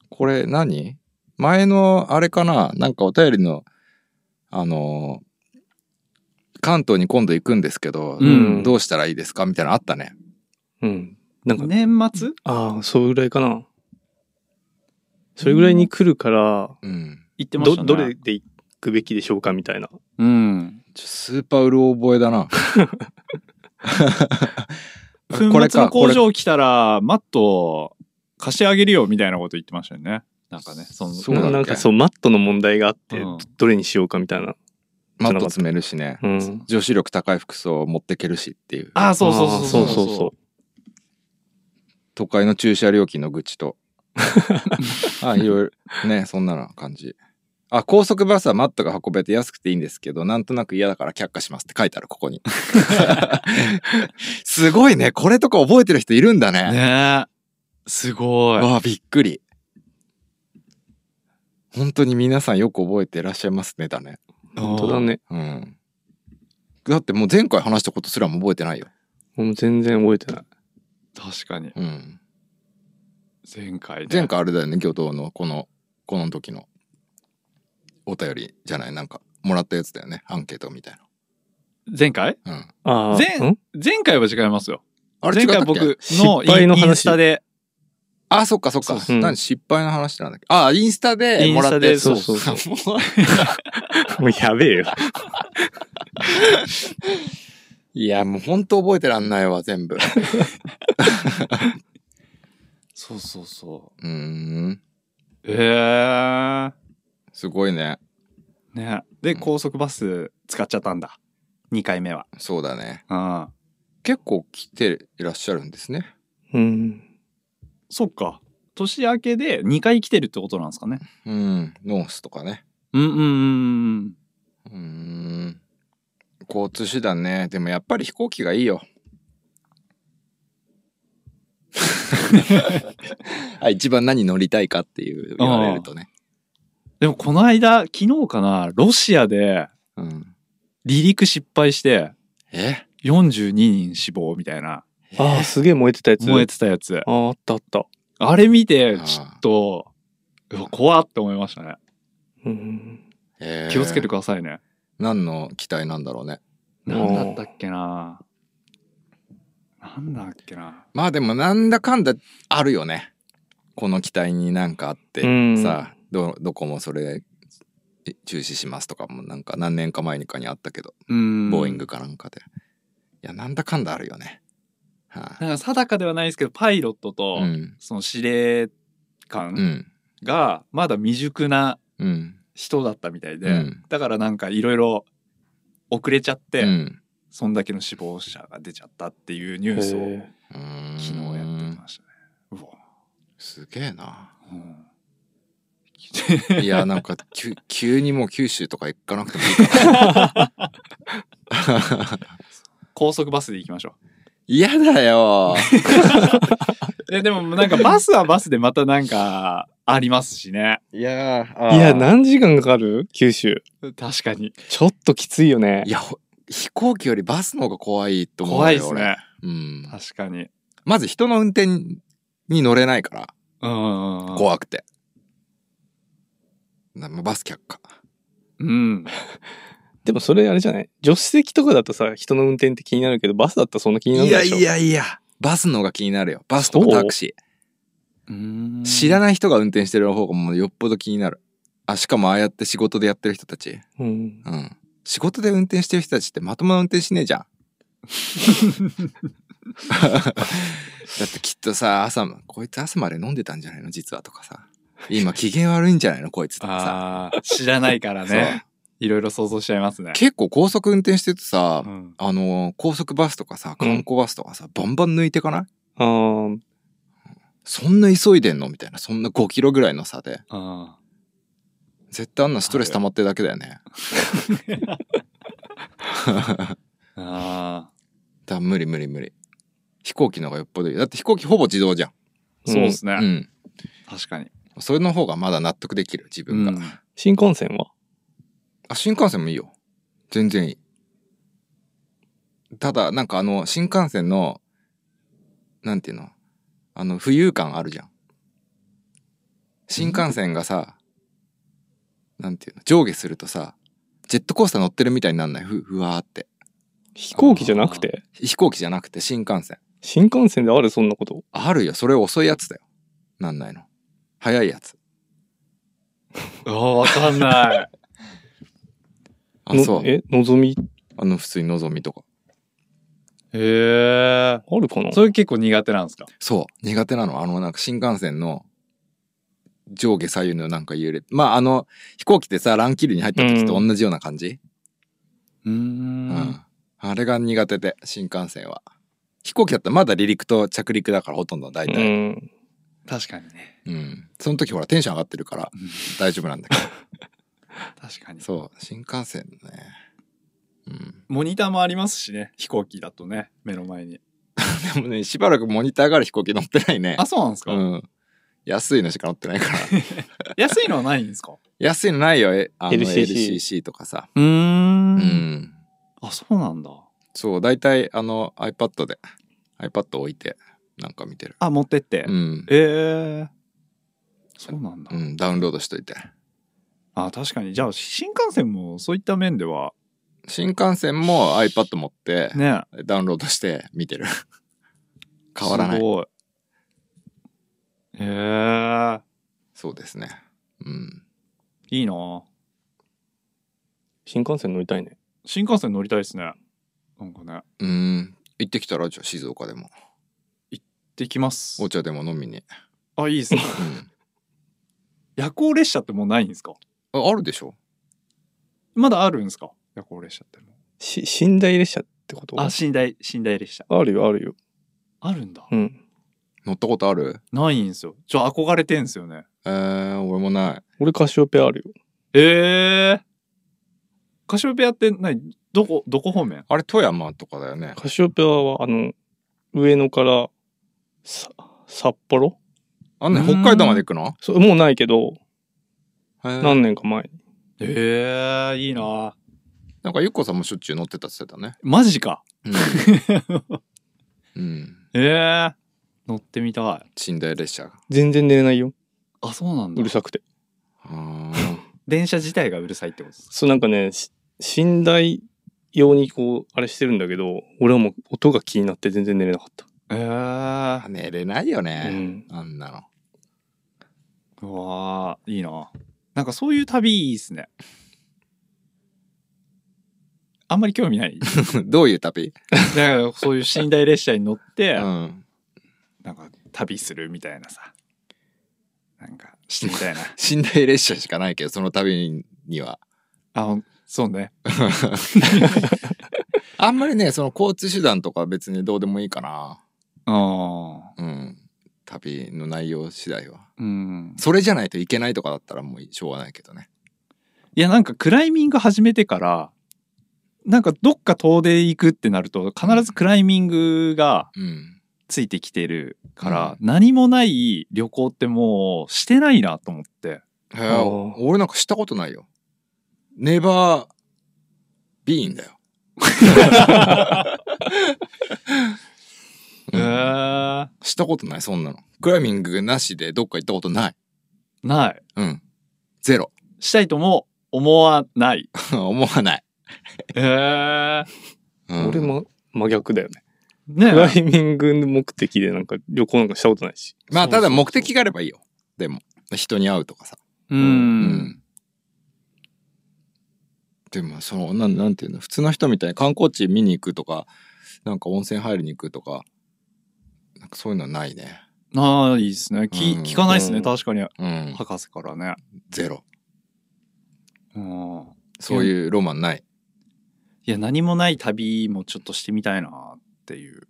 Speaker 1: これ何前のあれかななんかお便りのあのー関東に今度行くんですけど、
Speaker 2: うん
Speaker 1: どうしたらいいですかみたいなのあったね
Speaker 3: うん。なんか、
Speaker 2: 年末
Speaker 3: ああ、それぐらいかな。それぐらいに来るから、
Speaker 1: うん
Speaker 2: 行ってまし
Speaker 3: ど、
Speaker 2: たね。
Speaker 3: どれで行くべきでしょうかみたいな。
Speaker 2: うん。
Speaker 1: ちょスーパーうる覚えだなこ
Speaker 2: 粉
Speaker 1: れ
Speaker 2: 末の
Speaker 1: かこ
Speaker 2: 工
Speaker 1: れ
Speaker 2: 場来たら、マット貸し上げるよみたいなこと言ってましたよね。なんかね、その
Speaker 1: そうだっけ
Speaker 3: なんかそう、マットの問題があって、
Speaker 2: うん
Speaker 3: どれにしようかみたいな。
Speaker 1: マット詰めるしね
Speaker 3: うん。
Speaker 1: 女子力高い服装を持ってけるしっていう
Speaker 2: ああ、そうそう
Speaker 3: あー
Speaker 2: そう
Speaker 3: そうそうそう。
Speaker 1: 都会の駐車料金の愚痴 とあいろいろねそんなの感じあ高速バスはマットが運べて安くていいんですけどなんとなく嫌だから却下しますって書いてあるこ こにすごいねこれとか覚えてる人いるんだね
Speaker 2: ねえ。すごい。
Speaker 1: わあびっくり本当に皆さんよく覚えてらっしゃいますねだね
Speaker 3: 本当だね。
Speaker 1: うんだってもう前回話したことすらも覚えてないよ
Speaker 3: もう全然覚えてない。
Speaker 2: 確かに。
Speaker 1: うん
Speaker 2: 前回ね。
Speaker 1: 前回あれだよね挙動のこのこの時のお便りじゃないなんかもらったやつだよねアンケートみたい
Speaker 2: 前回
Speaker 1: なうん
Speaker 3: ああ。
Speaker 2: 前
Speaker 3: ん
Speaker 2: 前回は違いますよ。
Speaker 1: あれ違っ
Speaker 2: 前
Speaker 1: たっ
Speaker 2: 回
Speaker 1: け
Speaker 2: 僕の
Speaker 3: 失
Speaker 2: イ
Speaker 3: 敗
Speaker 2: ン
Speaker 3: の話
Speaker 2: インスタで、
Speaker 1: あそっかそっ
Speaker 2: そう
Speaker 1: か
Speaker 3: そう
Speaker 1: 何失敗の話なんだっけあインスタで
Speaker 2: イ
Speaker 1: も
Speaker 2: ンス
Speaker 1: らっ
Speaker 2: タ
Speaker 1: たや
Speaker 2: で、
Speaker 1: つ
Speaker 2: そう
Speaker 3: そ
Speaker 2: そうう
Speaker 3: そ
Speaker 2: そうう。
Speaker 3: もうやべえよ。
Speaker 1: いやもうほんと覚えてらんないわ全部う
Speaker 2: そうそうそう。
Speaker 1: ーん
Speaker 2: ええ。
Speaker 1: すごいね
Speaker 2: ねで、高速バス使っちゃったんだ。2回目は。
Speaker 1: そうだね
Speaker 2: うん。
Speaker 1: 結構来ていらっしゃるんですね
Speaker 3: うん。
Speaker 2: そっか。年明けで2回来てるってことなんですかね。
Speaker 1: うんノースとかね
Speaker 2: うんうんうん
Speaker 1: うーん交通手段ねでもやっぱり飛行機がいい よあ一番何乗りたいかっていう言われるとね、
Speaker 2: でもこの間、昨日かな、ロシアで
Speaker 1: うん、
Speaker 2: 離陸失敗して
Speaker 1: え
Speaker 2: 42人死亡みたいな、
Speaker 3: ああ、すげえ燃えてたやつ。
Speaker 2: 燃えてたやつ。
Speaker 3: ああ、あったあった。
Speaker 2: あれ見て
Speaker 1: あ、ー
Speaker 2: ちょっと、うわ怖って思いましたね。
Speaker 3: うん。
Speaker 1: えー
Speaker 2: 気をつけてくださいね。
Speaker 1: 何の機体なんだろうね。
Speaker 2: なんだったっけななんだっけな
Speaker 1: まあでもなんだかんだあるよね。この機体になんかあって、
Speaker 3: うん
Speaker 1: さあど、どこもそれえ中止しますとかもなんか何年か前にかにあったけど、
Speaker 2: うん
Speaker 1: ボーイングかなんかで。いや、なんだかんだあるよね。は
Speaker 2: なんか定かではないですけど、パイロット
Speaker 1: あ、
Speaker 2: と
Speaker 1: う、ん。
Speaker 2: その司令
Speaker 1: う
Speaker 2: 官
Speaker 1: ん。
Speaker 2: が、まだ未熟な
Speaker 1: うん。
Speaker 2: 人だったみたいで、
Speaker 1: うん
Speaker 2: だからなんかいろいろ遅れちゃって、
Speaker 1: うん。
Speaker 2: そんだけの死亡者が出ちゃったっていうニュースを
Speaker 3: へ
Speaker 1: うーん
Speaker 2: 昨日やってましたね。うわ
Speaker 1: すげえな。
Speaker 2: うん
Speaker 1: い や、なんか、急急にもう九州とか行かなくてもいいかな。
Speaker 2: 高速バスで行きましょ
Speaker 1: 嫌だ よ。
Speaker 2: う。え、でもなんかバスはバスでまたなんかありますしね。
Speaker 1: いや
Speaker 3: えいや、何時間かかる九州。
Speaker 2: 確かに。
Speaker 3: ちょっときついよね
Speaker 1: い。や、ほ飛行機よりバスの方が怖いと思うよ
Speaker 2: 怖いですね。。
Speaker 1: 俺うん。
Speaker 2: 確かに。
Speaker 1: まず人の運転に乗れないから、
Speaker 2: うんうんうん。
Speaker 1: 怖くて。なまあバス却下。
Speaker 2: うん。
Speaker 3: でもそれあれじゃない助手席とかだとさ、人の運転って気になるけど、バスだったらそんな気に
Speaker 1: い
Speaker 3: ならない
Speaker 1: や
Speaker 3: でしょ
Speaker 1: いやいや、バスの方が気になるよ。バスとかタクシ
Speaker 2: うん
Speaker 1: ー。知らない人が運転してる方がもうよっぽど気になる。あ、しかもああやって仕事でやってる人たち。
Speaker 3: うん。
Speaker 1: うん。仕事で運転してる人たちってまともな運転しねえ じゃん。だってきっとさ、朝も、こいつ朝まで飲んでたんじゃないの実はとかさ。今機嫌悪いんじゃないのこいつってさ。
Speaker 2: ああ、知らないからね。いろいろ想像しちゃいますね。
Speaker 1: 結構高速運転してるとさ、
Speaker 2: うん
Speaker 1: あの、高速バスとかさ、観光バスとかさ、バンバン抜いてかない
Speaker 3: あー
Speaker 1: そんな急いでんのみたいな。そんな5キロぐらいの差で。
Speaker 2: うん
Speaker 1: 絶対あんなストレス溜まってるだけだよね。
Speaker 2: ああ、
Speaker 1: だから無理無理無理。飛行機の方がよっぽどいい。だって飛行機ほぼ自動じゃん。
Speaker 3: うん
Speaker 2: そうですね。
Speaker 1: うん。
Speaker 2: 確かに。
Speaker 1: それの方がまだ納得できる自分が、
Speaker 2: うん
Speaker 3: 新幹線は
Speaker 1: あ新幹線もいいよ全然いいただなんかあの新幹線のなんていうのあの浮遊感あるじゃん新幹線がさ、なんていうの上下するとさジェットコースター乗ってるみたいになんないふふわーって
Speaker 3: 飛行機じゃなくて
Speaker 1: 飛行機じゃなくて新幹線
Speaker 3: 新幹線であるそんなこと。
Speaker 1: あるよそれ遅いやつだよなんないの早いやつ
Speaker 2: ああ、わかんない。
Speaker 1: あ
Speaker 3: の
Speaker 1: そう
Speaker 3: え、のぞみ
Speaker 1: あの普通にのぞみとか
Speaker 2: へえ。
Speaker 3: あるかな
Speaker 2: それ結構苦手なんですか
Speaker 1: そう。苦手なの。あの、なんか新幹線の上下左右のなんか揺れ。まあ、あの、飛行機ってさ、ランキルに入った時と同じような感じ、
Speaker 2: う
Speaker 1: うん、
Speaker 2: ん。
Speaker 1: あれが苦手で、新幹線は。飛行機だったらまだ離陸と着陸だからほとんど大
Speaker 3: う
Speaker 1: 体。
Speaker 3: ん。
Speaker 2: 確かにね。
Speaker 1: うん。その時ほらテンション上がってるから大丈夫なんだけ ど。
Speaker 2: 確かに。
Speaker 1: そう。新幹線ね。うん。
Speaker 2: モニターもありますしね。飛行機だとね。目の前に。
Speaker 1: でもね、しばらくモニターがある飛行機乗ってないね
Speaker 2: あ、。そうなんですか、
Speaker 1: うん。安いのしか乗ってないから。
Speaker 2: 安いのはないんですか
Speaker 1: 安いのないよ。えあの
Speaker 3: LCC
Speaker 1: LCC とかさ。
Speaker 2: うーん
Speaker 1: うん。
Speaker 2: あ、そうなんだ。
Speaker 1: そう、大体あの iPad で、iPad 置いてなんか見てる。
Speaker 2: あ、持ってって。
Speaker 1: うん。
Speaker 2: ええそうなんだ。
Speaker 1: うん、ダウンロードしといて。
Speaker 2: あ、確かに。じゃあ、新幹線もそういった面では、
Speaker 1: 新幹線も iPad 持って、
Speaker 2: ね。
Speaker 1: ダウンロードして見 てる。変わらな
Speaker 2: す
Speaker 1: い。
Speaker 2: ごい。ええ
Speaker 1: そうですね。うん。
Speaker 2: いいな
Speaker 3: 新幹線乗りたいね。
Speaker 2: 新幹線乗りたいですね。なんかね。
Speaker 1: うん。行ってきたら、じゃあ静岡でも、
Speaker 2: できます
Speaker 1: お。茶でも飲みに。
Speaker 2: あ、いいです ね。夜行列車ってもうないんですか
Speaker 1: うん。ああるでしょ
Speaker 2: まだあるんですか夜行列車っても
Speaker 3: し、寝台列車ってこと
Speaker 2: う。あ、寝台、寝台列車。
Speaker 3: あるよ、あるよ。
Speaker 2: あるんだ。
Speaker 3: うん。
Speaker 1: 乗ったことある
Speaker 2: ないんですよ。ちょ、憧れてんすよね。
Speaker 1: えー、俺もない。
Speaker 3: 俺カシオペアあるよ。
Speaker 2: ええカシオペアって何どこ、どこ方面
Speaker 1: あれ、富山とかだよね。
Speaker 3: カシオペアは、あの、上野から、さ、札幌
Speaker 1: あんね、
Speaker 2: うん
Speaker 1: 北海道まで行くの
Speaker 3: そう、もうないけど、
Speaker 1: へー
Speaker 3: 何年か前に。
Speaker 2: ええいいな
Speaker 1: なんか、ゆっこさんもしょっちゅう乗ってたって言ってたね。
Speaker 2: マジか。
Speaker 1: うん。うん。
Speaker 2: ええ乗ってみたい。
Speaker 1: 寝台列車
Speaker 3: 全然寝れないよ。
Speaker 2: あ、そうなんだ。
Speaker 3: うるさくて。
Speaker 1: あ
Speaker 2: 電車自体がうるさいってことです。
Speaker 3: そう、なんかね、し寝台用にこう、あれしてるんだけど、俺はもう音が気になって全然寝れなかった。
Speaker 2: ええー
Speaker 1: ー。寝れないよね、
Speaker 3: うん
Speaker 1: あんなの
Speaker 2: うわーいいな。なんかそういう旅いいっすね。あんまり興味 ない。だ
Speaker 1: どういう旅、
Speaker 2: からそういう寝台列車に乗って、
Speaker 1: うん、
Speaker 2: なんか旅するみたいなさ。なんかしてみたいな。
Speaker 1: 寝台列車しかないけどその旅には
Speaker 2: あ、ほんそうね。
Speaker 1: あんまりねその交通手段とか別にどうでもいいかな
Speaker 2: あ
Speaker 1: うん旅の内容次第は
Speaker 2: ーうん。
Speaker 1: それじゃないといけないとかだったらもうしょうがないけどね
Speaker 2: いや、なんかクライミング始めてから、なんかどっか遠出行くってなると、必ずクライミングが
Speaker 1: うん
Speaker 2: ついてきてるから、
Speaker 1: う
Speaker 2: 何もない旅行ってもうしてないなと思って。
Speaker 1: へえ
Speaker 3: あー
Speaker 1: 俺なんかしたことないよネバービーンだ ようん
Speaker 2: ー、
Speaker 1: したことないそんなのクライミングなしでどっか行ったことない
Speaker 2: ない。
Speaker 1: うんゼロ
Speaker 2: したいとも思わない。
Speaker 1: 思わない、
Speaker 2: えー、
Speaker 1: うん
Speaker 3: 俺も真逆だよね。クラ
Speaker 2: ねえ
Speaker 3: イミング目的でなんか旅行なんかしたことないし。
Speaker 1: まあ
Speaker 2: そうそう
Speaker 1: た
Speaker 2: そ
Speaker 1: だ
Speaker 2: う
Speaker 1: 目的があればいいよでも人に会うとかさ
Speaker 2: う。
Speaker 1: うんでもそのなんなんていうの普通の人みたいに観光地見に行くとかなんか温泉入りに行くとかなんかそういうのはないね
Speaker 2: ああ、いいですね。き
Speaker 1: うん
Speaker 2: 聞かないですね、
Speaker 3: うん
Speaker 2: 確かに。
Speaker 1: うん
Speaker 2: 博士からね。
Speaker 1: ゼロ
Speaker 2: うん。
Speaker 1: そういうロマンない
Speaker 2: いや、何もない旅もちょっとしてみたいなっていう。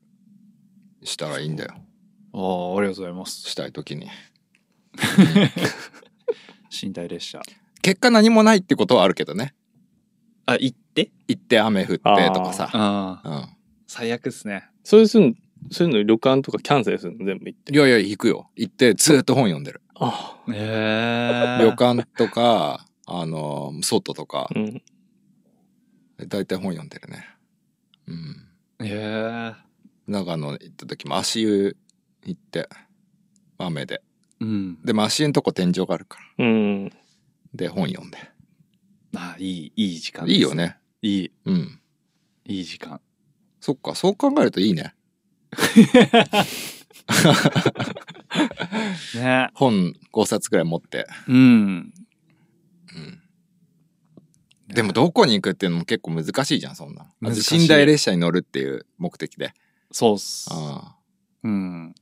Speaker 1: したらいいんだよ
Speaker 2: ああ、ありがとうございます。
Speaker 1: したい時に
Speaker 2: 寝台列車。
Speaker 1: 結果何もないってことはあるけどね
Speaker 2: あ、行って
Speaker 1: 行って雨降ってとかさ
Speaker 2: ああ、
Speaker 1: うん
Speaker 2: 最悪っすね。
Speaker 3: そういうすん、そういうの旅館とかキャンセルするの全部行って。
Speaker 1: いやいや行くよ行ってずーっと本読んでる
Speaker 3: あ
Speaker 2: ええ
Speaker 1: 旅館とかあの外とか
Speaker 3: あ。うん。
Speaker 1: 大体本読んでるねうん
Speaker 2: ええ
Speaker 1: 長野行った時も足湯行って雨で
Speaker 2: うん。
Speaker 1: でも足湯のとこ天井があるから
Speaker 3: うん。
Speaker 1: で本読んで
Speaker 2: ああ、いい、いい時間です
Speaker 1: いいよ。ね
Speaker 2: いい、
Speaker 1: うん
Speaker 2: いい時間。
Speaker 1: そっかそう考えるといいね
Speaker 2: ね
Speaker 1: 本5冊ぐらい持って、
Speaker 2: うん。
Speaker 1: うん、でもどこに行くっていうのも結構難しいじゃんそんな
Speaker 2: 難しい
Speaker 1: 寝台列車に乗るっていう目的で
Speaker 2: そうっす。
Speaker 1: あ
Speaker 2: うん。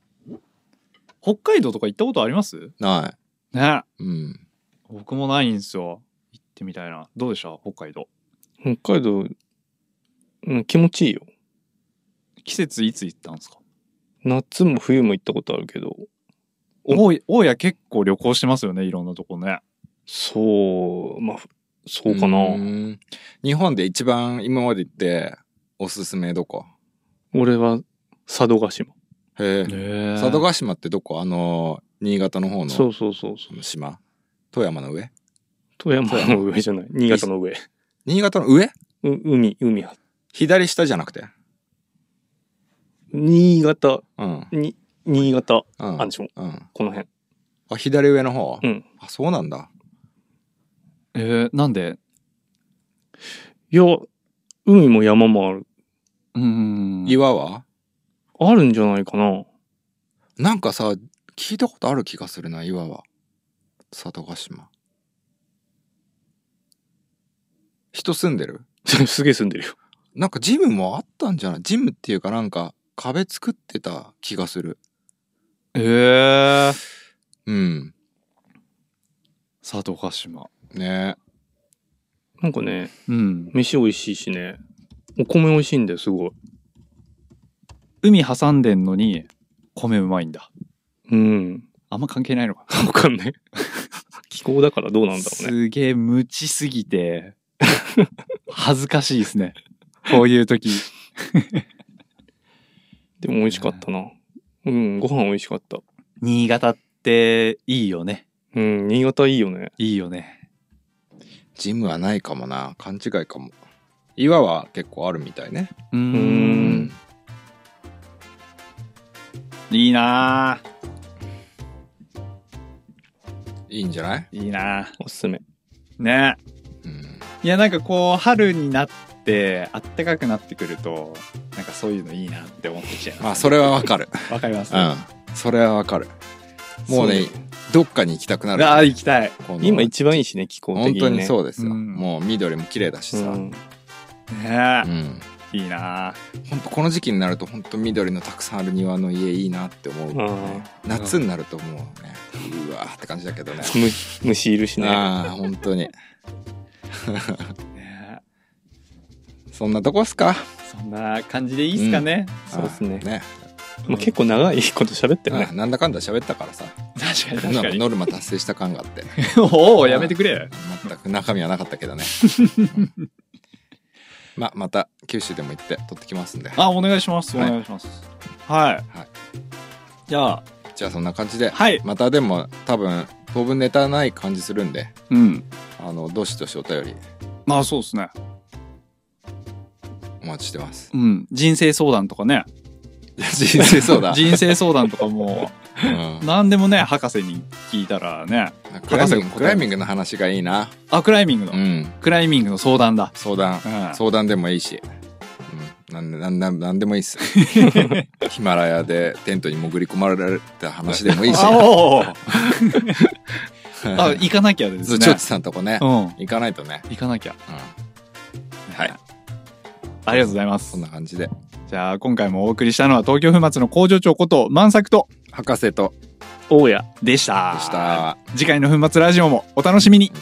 Speaker 2: 北海道とか行ったことあります
Speaker 1: あな
Speaker 2: ね
Speaker 1: いうん
Speaker 2: 僕もないんですよ。行ってみたいな。どうでした北海道。
Speaker 3: 北海道、うん、気持ちいいよ。
Speaker 2: 季節いつ行ったんですか
Speaker 3: 夏も冬も行ったことあるけど、
Speaker 2: 大谷大谷結構旅行してますよね、いろんなとこね。
Speaker 3: そう、まあ、そうかな。
Speaker 1: うん日本で一番今まで行っておすすめどこ
Speaker 3: 俺は佐渡島。
Speaker 1: へえ
Speaker 2: え
Speaker 1: 佐渡島ってどこあの新潟の方の
Speaker 3: そうそうそうそう。
Speaker 1: の島富山の上
Speaker 3: 富山の上じゃない。新潟の上。
Speaker 1: 新潟の上
Speaker 3: う海、海は。
Speaker 1: 左下じゃなくて
Speaker 3: 新潟、
Speaker 1: うん、
Speaker 3: に、新潟、
Speaker 1: うん
Speaker 3: あんでしょ
Speaker 1: うん、
Speaker 3: この辺。
Speaker 1: あ左上の方、
Speaker 3: うん
Speaker 1: あそうなんだ
Speaker 2: えーなんで
Speaker 3: いや、海も山もある。
Speaker 2: うん。
Speaker 1: 岩は
Speaker 3: あるんじゃないかな。
Speaker 1: なんかさ聞いたことある気がするな岩は佐渡島人住んでる
Speaker 3: すげえ住んでるよ。
Speaker 1: なんかジムもあったんじゃないジムっていうかなんか壁作ってた気がする
Speaker 2: えー、
Speaker 1: うん
Speaker 2: 佐渡島。
Speaker 1: ね
Speaker 3: なんかね、
Speaker 2: うん。
Speaker 3: 飯美味しいしね。お米美味しいんだよ、すごい。
Speaker 2: 海挟んでんのに、米うまいんだ。
Speaker 3: うん。
Speaker 2: あんま関係ないのか。
Speaker 3: わかんない。 気候だからどうなんだろうね。
Speaker 2: すげえ無知すぎて、恥ずかしいですね。こういう時。
Speaker 3: でも美味しかったな。うん、ご飯美味しかった。
Speaker 2: 新潟っていいよね。
Speaker 3: うん、新潟いいよね。
Speaker 2: いいよね。
Speaker 1: ジムはないかもな勘違いかも岩は結構あるみたいね
Speaker 2: うー
Speaker 3: うーん
Speaker 2: ん。いいなぁ
Speaker 1: いいんじゃない
Speaker 2: いいな
Speaker 3: おすすめ。
Speaker 2: ぁね
Speaker 1: うん。
Speaker 2: いやなんかこう春になってあったかくなってくるとなんかそういうのいいなって思ってきちゃい
Speaker 1: ま
Speaker 2: ま
Speaker 1: あ、それはわ かる。
Speaker 2: すわかります
Speaker 1: うん。それはわかる。もうね、どっかに行きたくなる。
Speaker 2: ああ行きたい
Speaker 1: この
Speaker 3: 今一番いいしね、気候的に
Speaker 1: 本
Speaker 3: ね。
Speaker 1: 当にそうですよ。
Speaker 2: うん
Speaker 1: もう緑も綺麗だしさ。
Speaker 3: うん
Speaker 2: ね
Speaker 1: う
Speaker 2: え
Speaker 1: ん。
Speaker 2: いいなぁ
Speaker 1: 本当この時期になると本当緑のたくさんある庭の家いいなって思う、ね、夏になるともうねうわーって感じだけどね
Speaker 3: 虫 虫いるしね。
Speaker 1: ああ本当に
Speaker 2: ね
Speaker 1: そんなとこっすか
Speaker 2: えそんな感じでいいっすかね、
Speaker 3: そうです
Speaker 1: あ
Speaker 3: ね
Speaker 1: ー。ね
Speaker 3: もう結構長いこと喋ってる
Speaker 1: あ
Speaker 3: ね
Speaker 1: ー。なんだかんだ喋ったからさ
Speaker 2: 確か
Speaker 1: な
Speaker 2: に確
Speaker 1: ん
Speaker 2: か
Speaker 1: か
Speaker 2: に
Speaker 1: ノルマ達成した感があって
Speaker 2: おおやめてくれ
Speaker 1: 全く中身はなかったけ どね、うんままた九州でも行って撮ってきますんで
Speaker 2: あお願いしますお
Speaker 1: はい
Speaker 2: 願いしますはい、
Speaker 1: はい
Speaker 2: じゃあ
Speaker 1: じゃあそんな感じで、
Speaker 2: はい
Speaker 1: またでも多分当分ネタない感じするんで
Speaker 2: うん
Speaker 1: あのどしどしお便り
Speaker 2: まあそうですね
Speaker 1: お待ちして ます
Speaker 2: うん人生相談とかね
Speaker 1: 人生相談、
Speaker 2: 人生相談とかも
Speaker 1: うん
Speaker 2: 何でもね博士に聞いたらね
Speaker 1: クライミン
Speaker 2: 博士が答えま
Speaker 1: グ
Speaker 2: す
Speaker 1: クライミングの話がいいな
Speaker 2: あクライミングの、
Speaker 1: うん
Speaker 2: クライミングの相談だ、
Speaker 1: 相談
Speaker 2: うん、
Speaker 1: 相談でもいいし、うん、なんでなんなんなんでもいいっ すヒマラヤでテントに潜り込まれた話でもいいし
Speaker 2: あ おーあ行かなきゃです
Speaker 1: ズ
Speaker 2: ね
Speaker 1: チョッチさんとこね、
Speaker 2: うん
Speaker 1: 行かないとね、
Speaker 2: 行かなきゃ
Speaker 1: うん、はい
Speaker 2: ありがとうございま
Speaker 1: そ
Speaker 2: す
Speaker 1: んな感じで
Speaker 2: じゃあ今回もお送りしたのは東京粉末の工場長こと万作と
Speaker 1: 博士と
Speaker 3: 大家。
Speaker 2: でした
Speaker 1: でした
Speaker 2: 次回の粉末ラジオもお楽しみに